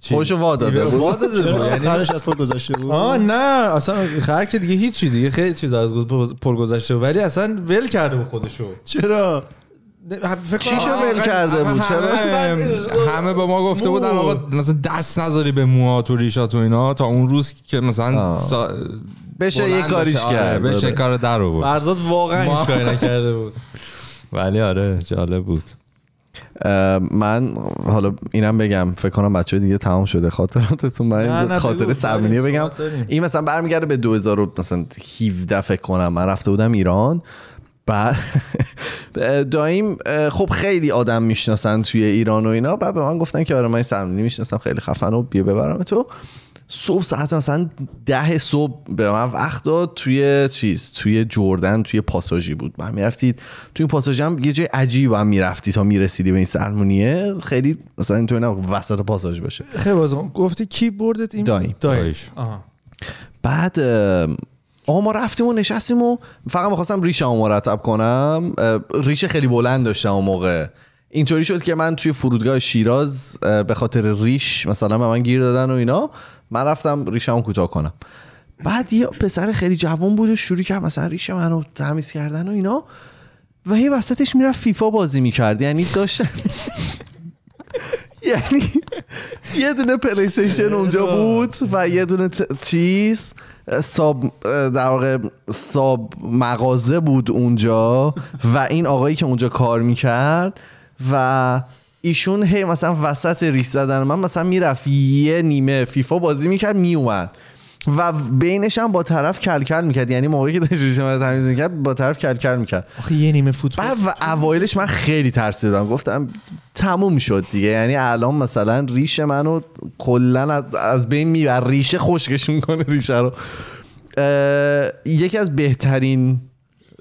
Speaker 3: چیز.
Speaker 1: خودشو وا داده
Speaker 3: ایونت-
Speaker 1: بود.
Speaker 3: وا داده بود. یعنی-
Speaker 2: آخرش از پا گذاشته
Speaker 3: آه
Speaker 2: بود
Speaker 3: نه اصلا خر که دیگه هیچ چیزی دیگه خیلی چیز از گذ- پر گذشته بود. ولی اصلا ول کرده بود خودشو
Speaker 2: چرا
Speaker 3: نه، فکر کنم
Speaker 1: چیشو
Speaker 3: آقا،
Speaker 1: ول کرده بود چرا
Speaker 4: همه, همه به ما گفته بودن آقا مثلا دست نذاری به موهات و ریشات و اینا تا اون روز که مثلا
Speaker 1: آه.
Speaker 4: سا...
Speaker 1: بشه
Speaker 4: بلند
Speaker 1: یه کاریش
Speaker 4: بشه. آره،
Speaker 1: کرد
Speaker 4: بشه
Speaker 1: آره.
Speaker 4: کار در آورد
Speaker 3: فرزاد واقعا هیچ کاری نکرده بود
Speaker 4: ولی آره جالب بود
Speaker 1: اه، من حالا اینم بگم فکر کنم بچه دیگه تمام شده خاطراتتون
Speaker 3: نه،
Speaker 1: من
Speaker 3: نه،
Speaker 1: خاطر
Speaker 3: بگو. بله،
Speaker 1: سرمونیه
Speaker 3: داریم،
Speaker 1: بگم
Speaker 3: صحبت داریم.
Speaker 1: این مثلا برمیگرده به 2000 و مثلا 17 فکر کنم من رفته بودم ایران بعد دایم اه، خب خیلی آدم میشناسن توی ایران و اینا بعد به من گفتن که آره من سرمونی میشناسم خیلی خفن و بیا ببرم تو صبح ساعت مثلا ده صبح به من وقت داد توی چیز توی جردن توی پاساژی بود من میرفتید توی این پاساژی هم یه جای عجیب هم میرفتی تا میرسیدی به این سرمونیه خیلی مثلا این توی نبود وسط پاساژ باشه
Speaker 3: خیلی باز گفتی کی بردت این
Speaker 1: دایم.
Speaker 4: دایش.
Speaker 3: آها.
Speaker 1: بعد اه، آقا ما رفتیم و نشستیم و فقط میخواستم ریشم مرتب کنم اه، ریشه خیلی بلند داشتم اون موقع اینطوری شد که من توی فرودگاه شیراز اه، به خاطر ریش مثلا به من گیر دادن و اینا من رفتم ریشم کوتاه کنم بعد یه پسر خیلی جوان بود و شروع کرد مثلا ریش منو تمیز کردن و اینا و هی وسطش میرفت فیفا بازی میکرد یعنی داشتن یعنی یه دونه پلیستیشن اونجا بود و یه دونه ت- چیز ساب در واقع ساب مغازه بود اونجا و این آقایی که اونجا کار میکرد و ایشون هی مثلا وسط ریش زدن من مثلا میرفت یه نیمه فیفا بازی میکرد میومد و بینش هم با طرف کلکل میکرد یعنی موقعی که داشت ریش من تمیز میکرد با طرف کلکل میکرد
Speaker 3: آخه یه نیمه فوتبال
Speaker 1: بعد و اوایلش من خیلی ترسیدم گفتم تموم شد دیگه یعنی الان مثلا ریش منو کلا از- از بین میبر ریشه خشکش میکنه ریشه رو اه، یکی از بهترین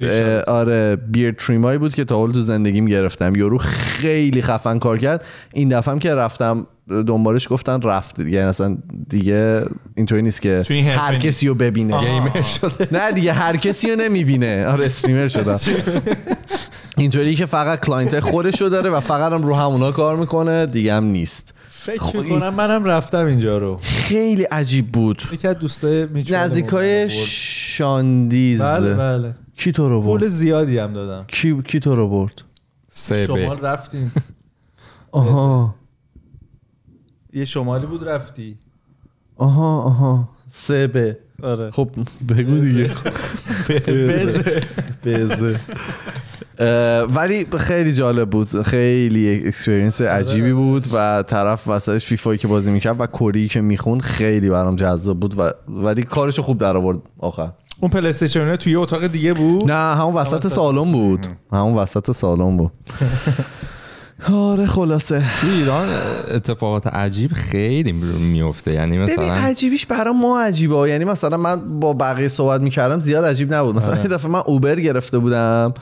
Speaker 1: اه، آره بیر تریمایی بود که تا حالا تو زندگیم گرفتم یورو خیلی خفن کار کرد این دفعه هم که رفتم دنبالش گفتن رفت یعنی اصلا دیگه اینطوری نیست که
Speaker 4: توی این حرفه
Speaker 1: هر کسی رو ببینه
Speaker 4: گیمر شده
Speaker 1: نه دیگه هر کسی رو نمیبینه آره استریمر شدم اینطوری که فقط کلاینت خودش رو داره و فقط هم رو همونا کار میکنه دیگه هم نیست
Speaker 3: فکر میکنم منم رفتم اینجا رو
Speaker 1: خیلی عجیب بود
Speaker 3: یکی از دوستای میچو
Speaker 1: نزدیکای شاندیز
Speaker 3: بله بله
Speaker 1: کی تو رو
Speaker 3: پول
Speaker 1: برد
Speaker 3: زیادی هم دادم
Speaker 1: کی, کی تو رو برد
Speaker 4: سه
Speaker 3: شمال
Speaker 4: به
Speaker 3: رفتیم
Speaker 1: آها
Speaker 3: یه شمالی بود رفتی
Speaker 1: آها آها سه به
Speaker 3: آره
Speaker 1: خب بگو دیگه بزه اه، ولی خیلی جالب بود خیلی اکسپرینس عجیبی بود و طرف وسطش فیفایی که بازی میکرد و کری که میخون خیلی برام جذاب بود و ولی کارشو خوب در آورد آخر
Speaker 3: اون پلی استیشن توی یه اتاق دیگه بود
Speaker 1: نه همون وسط سالن بود همون وسط سالن بود آره خلاصه
Speaker 4: توی ایران اتفاقات عجیب خیلی میفته یعنی
Speaker 1: ببین
Speaker 4: مثلا
Speaker 1: عجیبیش برای ما عجیبه یعنی مثلا من با بقیه صحبت میکردم زیاد عجیب نبود مثلا یه دفعه من اوبر گرفته بودم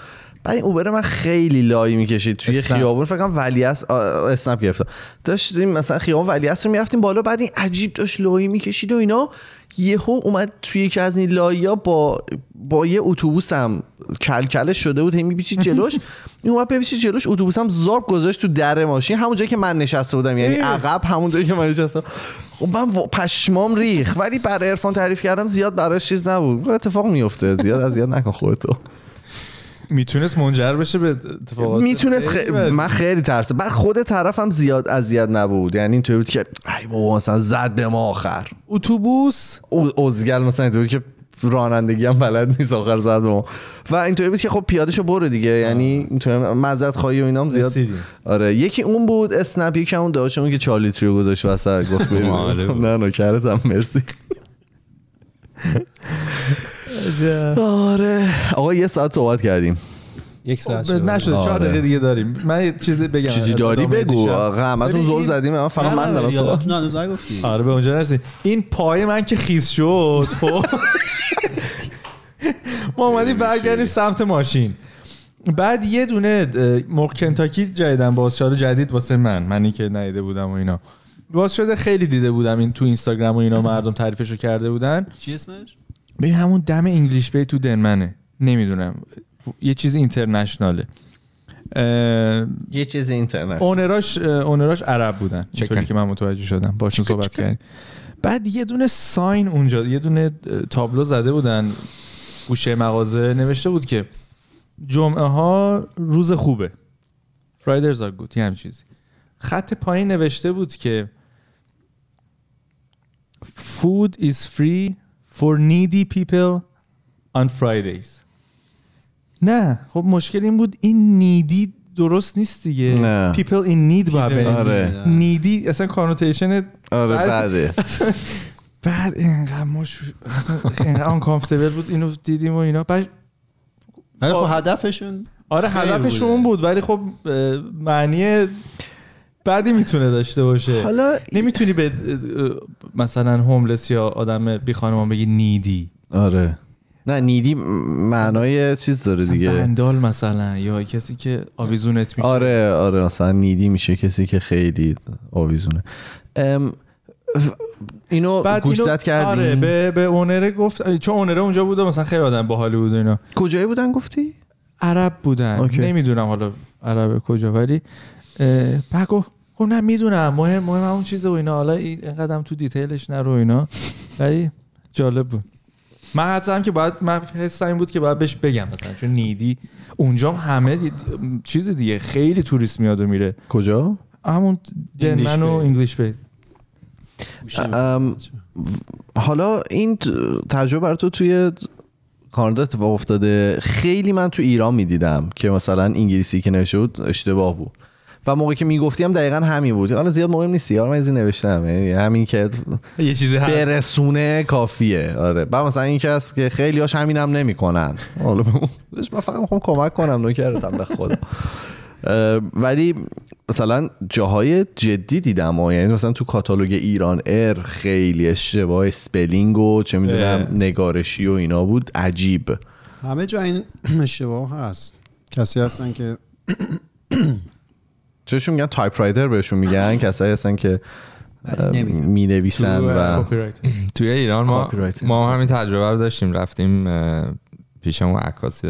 Speaker 1: بعد این اوبر من خیلی لای میکشید توی
Speaker 3: اسنپ.
Speaker 1: خیابون فکر کنم ولیعصر آه، آه، اسنپ گرفتم داشتیم مثلا خیابون ولیعصر رو میرفتیم بالا بعد این عجیب داشت لای میکشید و اینا یهو اومد توی یکی از این لایا با با یه اتوبوسم کلکله شده بود هی میپیچید جلوش این اومد بپیچید جلوش اتوبوسم زارب گذاشت تو در ماشین همون جایی که من نشسته بودم یعنی عقب همون جایی که من نشستم خب من وا- پشمام ریخ ولی برای عرفان تعریف کردم زیاد براش چیز نبود اتفاق میفته زیاد اذیت نکن خودتو
Speaker 3: میتونست منجر بشه به اتفاقات
Speaker 1: میتونست خی-
Speaker 3: بد.
Speaker 1: من خیلی ترسه بعد خود طرفم زیاد اذیت نبود یعنی اینطوری بود که ای بابا مثلا زد به ما آخر
Speaker 3: اتوبوس
Speaker 1: او- اوزگل مثلا اینطوری بود که رانندگی هم بلد نیست آخر زد به ما و اینطوری بود که خب پیادهشو برو دیگه یعنی اینطوری مزد خواهی و اینام زیاد
Speaker 3: رسیدیم.
Speaker 1: آره یکی اون بود اسنپ یکی اون داشت اون که چارلی تریو گذاشت وسط گفت ببین.
Speaker 4: عالی بود.
Speaker 1: نه نوکرتم مرسی آره آقا یه ساعت صحبت کردیم
Speaker 2: یک ساعت
Speaker 3: خب، نشده چهار
Speaker 1: آره.
Speaker 3: دقیقه دیگه داریم من یه چیزی بگم
Speaker 1: چیزی داری
Speaker 3: ادامه
Speaker 1: بگو
Speaker 3: دیشب.
Speaker 1: آقا، همتون
Speaker 3: ببین
Speaker 1: زل
Speaker 3: این-
Speaker 1: زدیم من فقط من دارم صحبت
Speaker 2: تو هنوز نگفتی
Speaker 3: آره به اونجا نرسید این پای من که خیس شد خب ما اومدیم برگردیم سمت ماشین بعد یه دونه اه، مرغ کنتاکی جدیدن باز جدید واسه من منی که ندیده بودم و اینا باز شده خیلی دیده بودم این تو اینستاگرام و اینا مردم تعریفشو کرده بودن
Speaker 2: چی اسمش
Speaker 3: ببین همون دم انگلیش بی تو دنمنه نمیدونم یه چیز اینترنشناله اه،
Speaker 1: یه چیز اینترنت
Speaker 3: اونراش اه، اونراش عرب بودن
Speaker 4: Chicken.
Speaker 3: اینطوری که من متوجه شدم باشون صحبت کردیم بعد یه دونه ساین اونجا یه دونه اه، تابلو زده بودن گوشه مغازه نوشته بود که جمعه ها روز خوبه فرایدرز آر گود یه هم چیزی خط پایین نوشته بود که food is free for needy people on Fridays نه خب مشکل این بود این نیدی درست نیست دیگه
Speaker 1: نه.
Speaker 3: people in need باید
Speaker 2: People in
Speaker 1: آره.
Speaker 2: need.
Speaker 3: نیدی اصلا کانوتیشن
Speaker 1: آره
Speaker 3: بعد-
Speaker 1: بده
Speaker 3: بعد اینقدر ما شو... اصلا اینقدر uncomfortable بود اینو دیدیم و اینا بعد
Speaker 2: ولی خب هدفشون
Speaker 3: آره
Speaker 2: خیر
Speaker 3: هدفش
Speaker 2: بوده.
Speaker 3: اون بود ولی خب اه، معنی بعدی میتونه داشته باشه
Speaker 1: حالا
Speaker 3: نمیتونی به اه، اه، مثلا هوملس یا آدم بی خانمان بگی نیدی
Speaker 1: آره نه نیدی م- معنای چیز داره دیگه
Speaker 3: بندال مثلا یا کسی که آویزونت میکنه
Speaker 1: آره آره مثلا نیدی میشه کسی که خیلی آویزونه ام، ف- اینو
Speaker 3: بعد
Speaker 1: گوش
Speaker 3: اینو-
Speaker 1: زد کردی
Speaker 3: آره به به اونره گفت چون اونره اونجا بوده مثلا خیلی آدم باحالی بود و اینا
Speaker 1: کجایی بودن گفتی
Speaker 3: عرب بودن
Speaker 1: اوکی.
Speaker 3: نمیدونم حالا عرب کجا ولی اه، بعد گفت خب نه میدونم مهم مهم همون چیزه و اینا حالا این- اینقدر هم تو دیتیلش نرو و اینا ولی جالب بود من حدسم که باید من حسم این بود که باید بهش بگم مثلا چون نیدی اونجا هم همه دی- چیز دیگه خیلی توریست میاد و میره
Speaker 1: کجا
Speaker 3: همون دنمن و
Speaker 2: Bay.
Speaker 3: انگلیش بی
Speaker 1: ام، حالا این ت- تجربه برای تو توی کانادا اتفاق افتاده خیلی من تو ایران میدیدم که مثلا انگلیسی که نشد اشتباه بود و موقعی که میگفتیم دقیقا همین بود حالا زیاد مهم نیست یار من از این نوشتم یعنی همین که
Speaker 3: یه چیزی
Speaker 1: برسونه کافیه آره بعد مثلا این کس که خیلی هاش همینم نمیکنن حالا به اون- بهش من فقط میخوام کمک کنم نکردم به خدا اه، ولی مثلا جاهای جدی دیدم ها. یعنی مثلا تو کاتالوگ ایران ایر خیلی اشتباه سپلینگ و چه میدونم
Speaker 3: اه.
Speaker 1: نگارشی و اینا بود عجیب
Speaker 2: همه جا این اشتباه هست کسی هستن که
Speaker 1: چشون میگن تایپ رایتر بهشون میگن کسایی هستن که
Speaker 2: نمی‌گن.
Speaker 1: می نویسن و
Speaker 3: خب،
Speaker 4: توی ایران ما
Speaker 1: Copyright.
Speaker 4: ما همین تجربه رو داشتیم رفتیم اه، پیش اون عکاس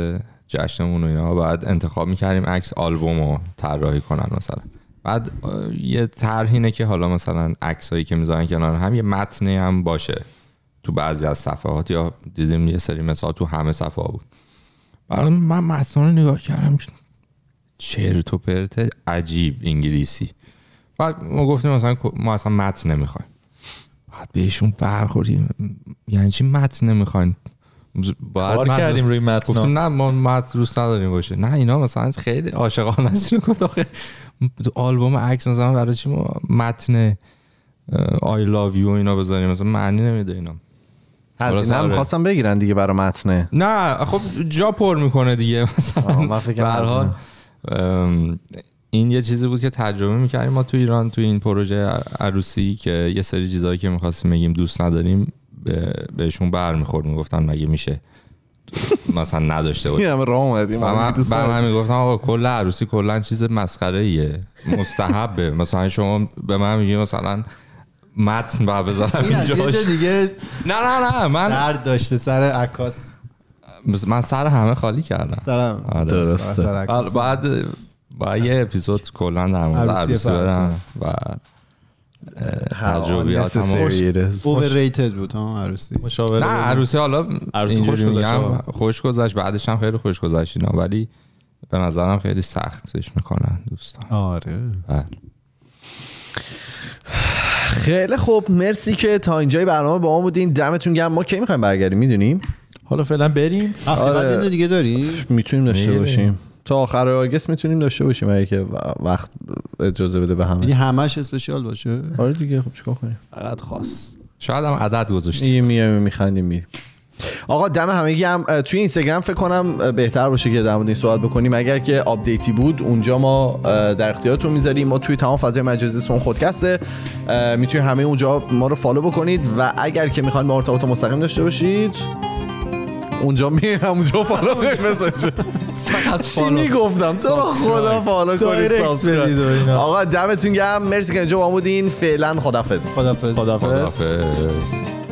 Speaker 4: جشنمون و اینا بعد انتخاب میکردیم عکس آلبوم رو طراحی کنن مثلا بعد اه، یه طرح اینه که حالا مثلا عکسایی که میذارن کنار هم یه متنی هم باشه تو بعضی از صفحات یا دیدیم یه سری مثال تو همه صفحه بود بعد من متن رو نگاه کردم چرت و پرت عجیب انگلیسی بعد ما گفتیم مثلا ما اصلا متن نمیخوایم بعد بهشون برخوریم یعنی چی متن نمیخواین باید
Speaker 3: کار
Speaker 4: متن-
Speaker 3: کردیم روی متن
Speaker 4: گفتیم نه ما متن دوست نداریم باشه نه اینا مثلا خیلی عاشقانه است اینو گفت آخه تو آلبوم عکس مثلا برای چی ما متن آی لاو یو اینا بذاریم مثلا معنی نمیده اینا
Speaker 1: از
Speaker 4: خلاص،
Speaker 1: اینم
Speaker 4: آره.
Speaker 1: خواستم بگیرن دیگه برای متنه
Speaker 4: نه خب جا پر میکنه دیگه
Speaker 1: آه،
Speaker 4: مثلا
Speaker 1: من
Speaker 4: به
Speaker 1: فکرم
Speaker 4: هر حال ام، این یه چیزی بود که تجربه میکردیم ما تو ایران تو این پروژه عروسی که یه سری چیزایی که میخواستیم بگیم دوست نداریم به- بهشون برمیخورد میگفتن مگه میشه مثلا نداشته بود
Speaker 1: این همه راه اومدیم
Speaker 4: و من,
Speaker 1: همه دوست
Speaker 4: و
Speaker 1: ندارم.
Speaker 4: من میگفتم آقا کل عروسی کلا چیز مسخره ایه مستحبه مثلا شما به من میگی مثلا متن باید بذارم
Speaker 2: این از یه
Speaker 4: اینجاش
Speaker 2: جا دیگه
Speaker 4: نه نه نه من
Speaker 2: درد داشته سر عکاس
Speaker 4: من سر همه خالی کردم
Speaker 2: سرم
Speaker 4: آره.
Speaker 1: درسته.
Speaker 2: سر عکاس.
Speaker 4: بعد بعد بعد یه اپیزود کلا در مورد
Speaker 2: عروسی
Speaker 4: عروسی
Speaker 2: فرانسه.
Speaker 4: دارم و تجربیات
Speaker 2: overrated بود ها عروسی
Speaker 3: مشاوره
Speaker 4: نه عروسی حالا
Speaker 3: بله، عروسی
Speaker 4: عروسی
Speaker 3: خوش
Speaker 4: خوش
Speaker 3: گذشت،
Speaker 4: میگم
Speaker 3: آره.
Speaker 4: خوش گذشت بعدش هم خیلی خوش گذشت اینا ولی به نظرم خیلی سختش میکنن دوستان
Speaker 2: آره
Speaker 4: بله.
Speaker 1: خیلی خوب مرسی که تا اینجای برنامه با ما بودین دمتون گرم ما کی میخوایم برگردیم میدونیم
Speaker 3: حالا فعلا بریم
Speaker 2: هفته بعد اینو دیگه داری
Speaker 1: میتونیم داشته
Speaker 4: می‌ریم.
Speaker 1: باشیم تا آخر آگست میتونیم داشته باشیم اگه که و- وقت اجازه بده به
Speaker 2: یعنی
Speaker 1: همه
Speaker 2: همش اسپشیال باشه
Speaker 1: آره دیگه خب چیکار کنیم
Speaker 3: فقط خاص
Speaker 4: شاید هم عدد گذاشتی
Speaker 1: دیگه میایم میخندیم میریم آقا دم همگی هم اه، توی اینستاگرام فکر کنم اه، بهتر باشه که در مورد این صحبت بکنیم اگر که آپدیتی بود اونجا ما اه، در اختیارتون میذاریم ما توی تمام فضای مجازی اسممون خودکسته اه، میتونید همه اونجا ما رو فالو بکنید و اگر که میخواین ما ارتباط مستقیم داشته باشید اونجا میریم اونجا فالو کنید
Speaker 3: فقط
Speaker 1: چی میگفتم تو رو خدا فالو کنید
Speaker 3: دایرکت بدید و
Speaker 1: سابسکرایب
Speaker 3: اینا.
Speaker 1: آقا دمتون گرم مرسی که اینجا با ما بودین فعلا خدافظ
Speaker 2: خدافظ
Speaker 3: خدافظ
Speaker 4: خداحافظ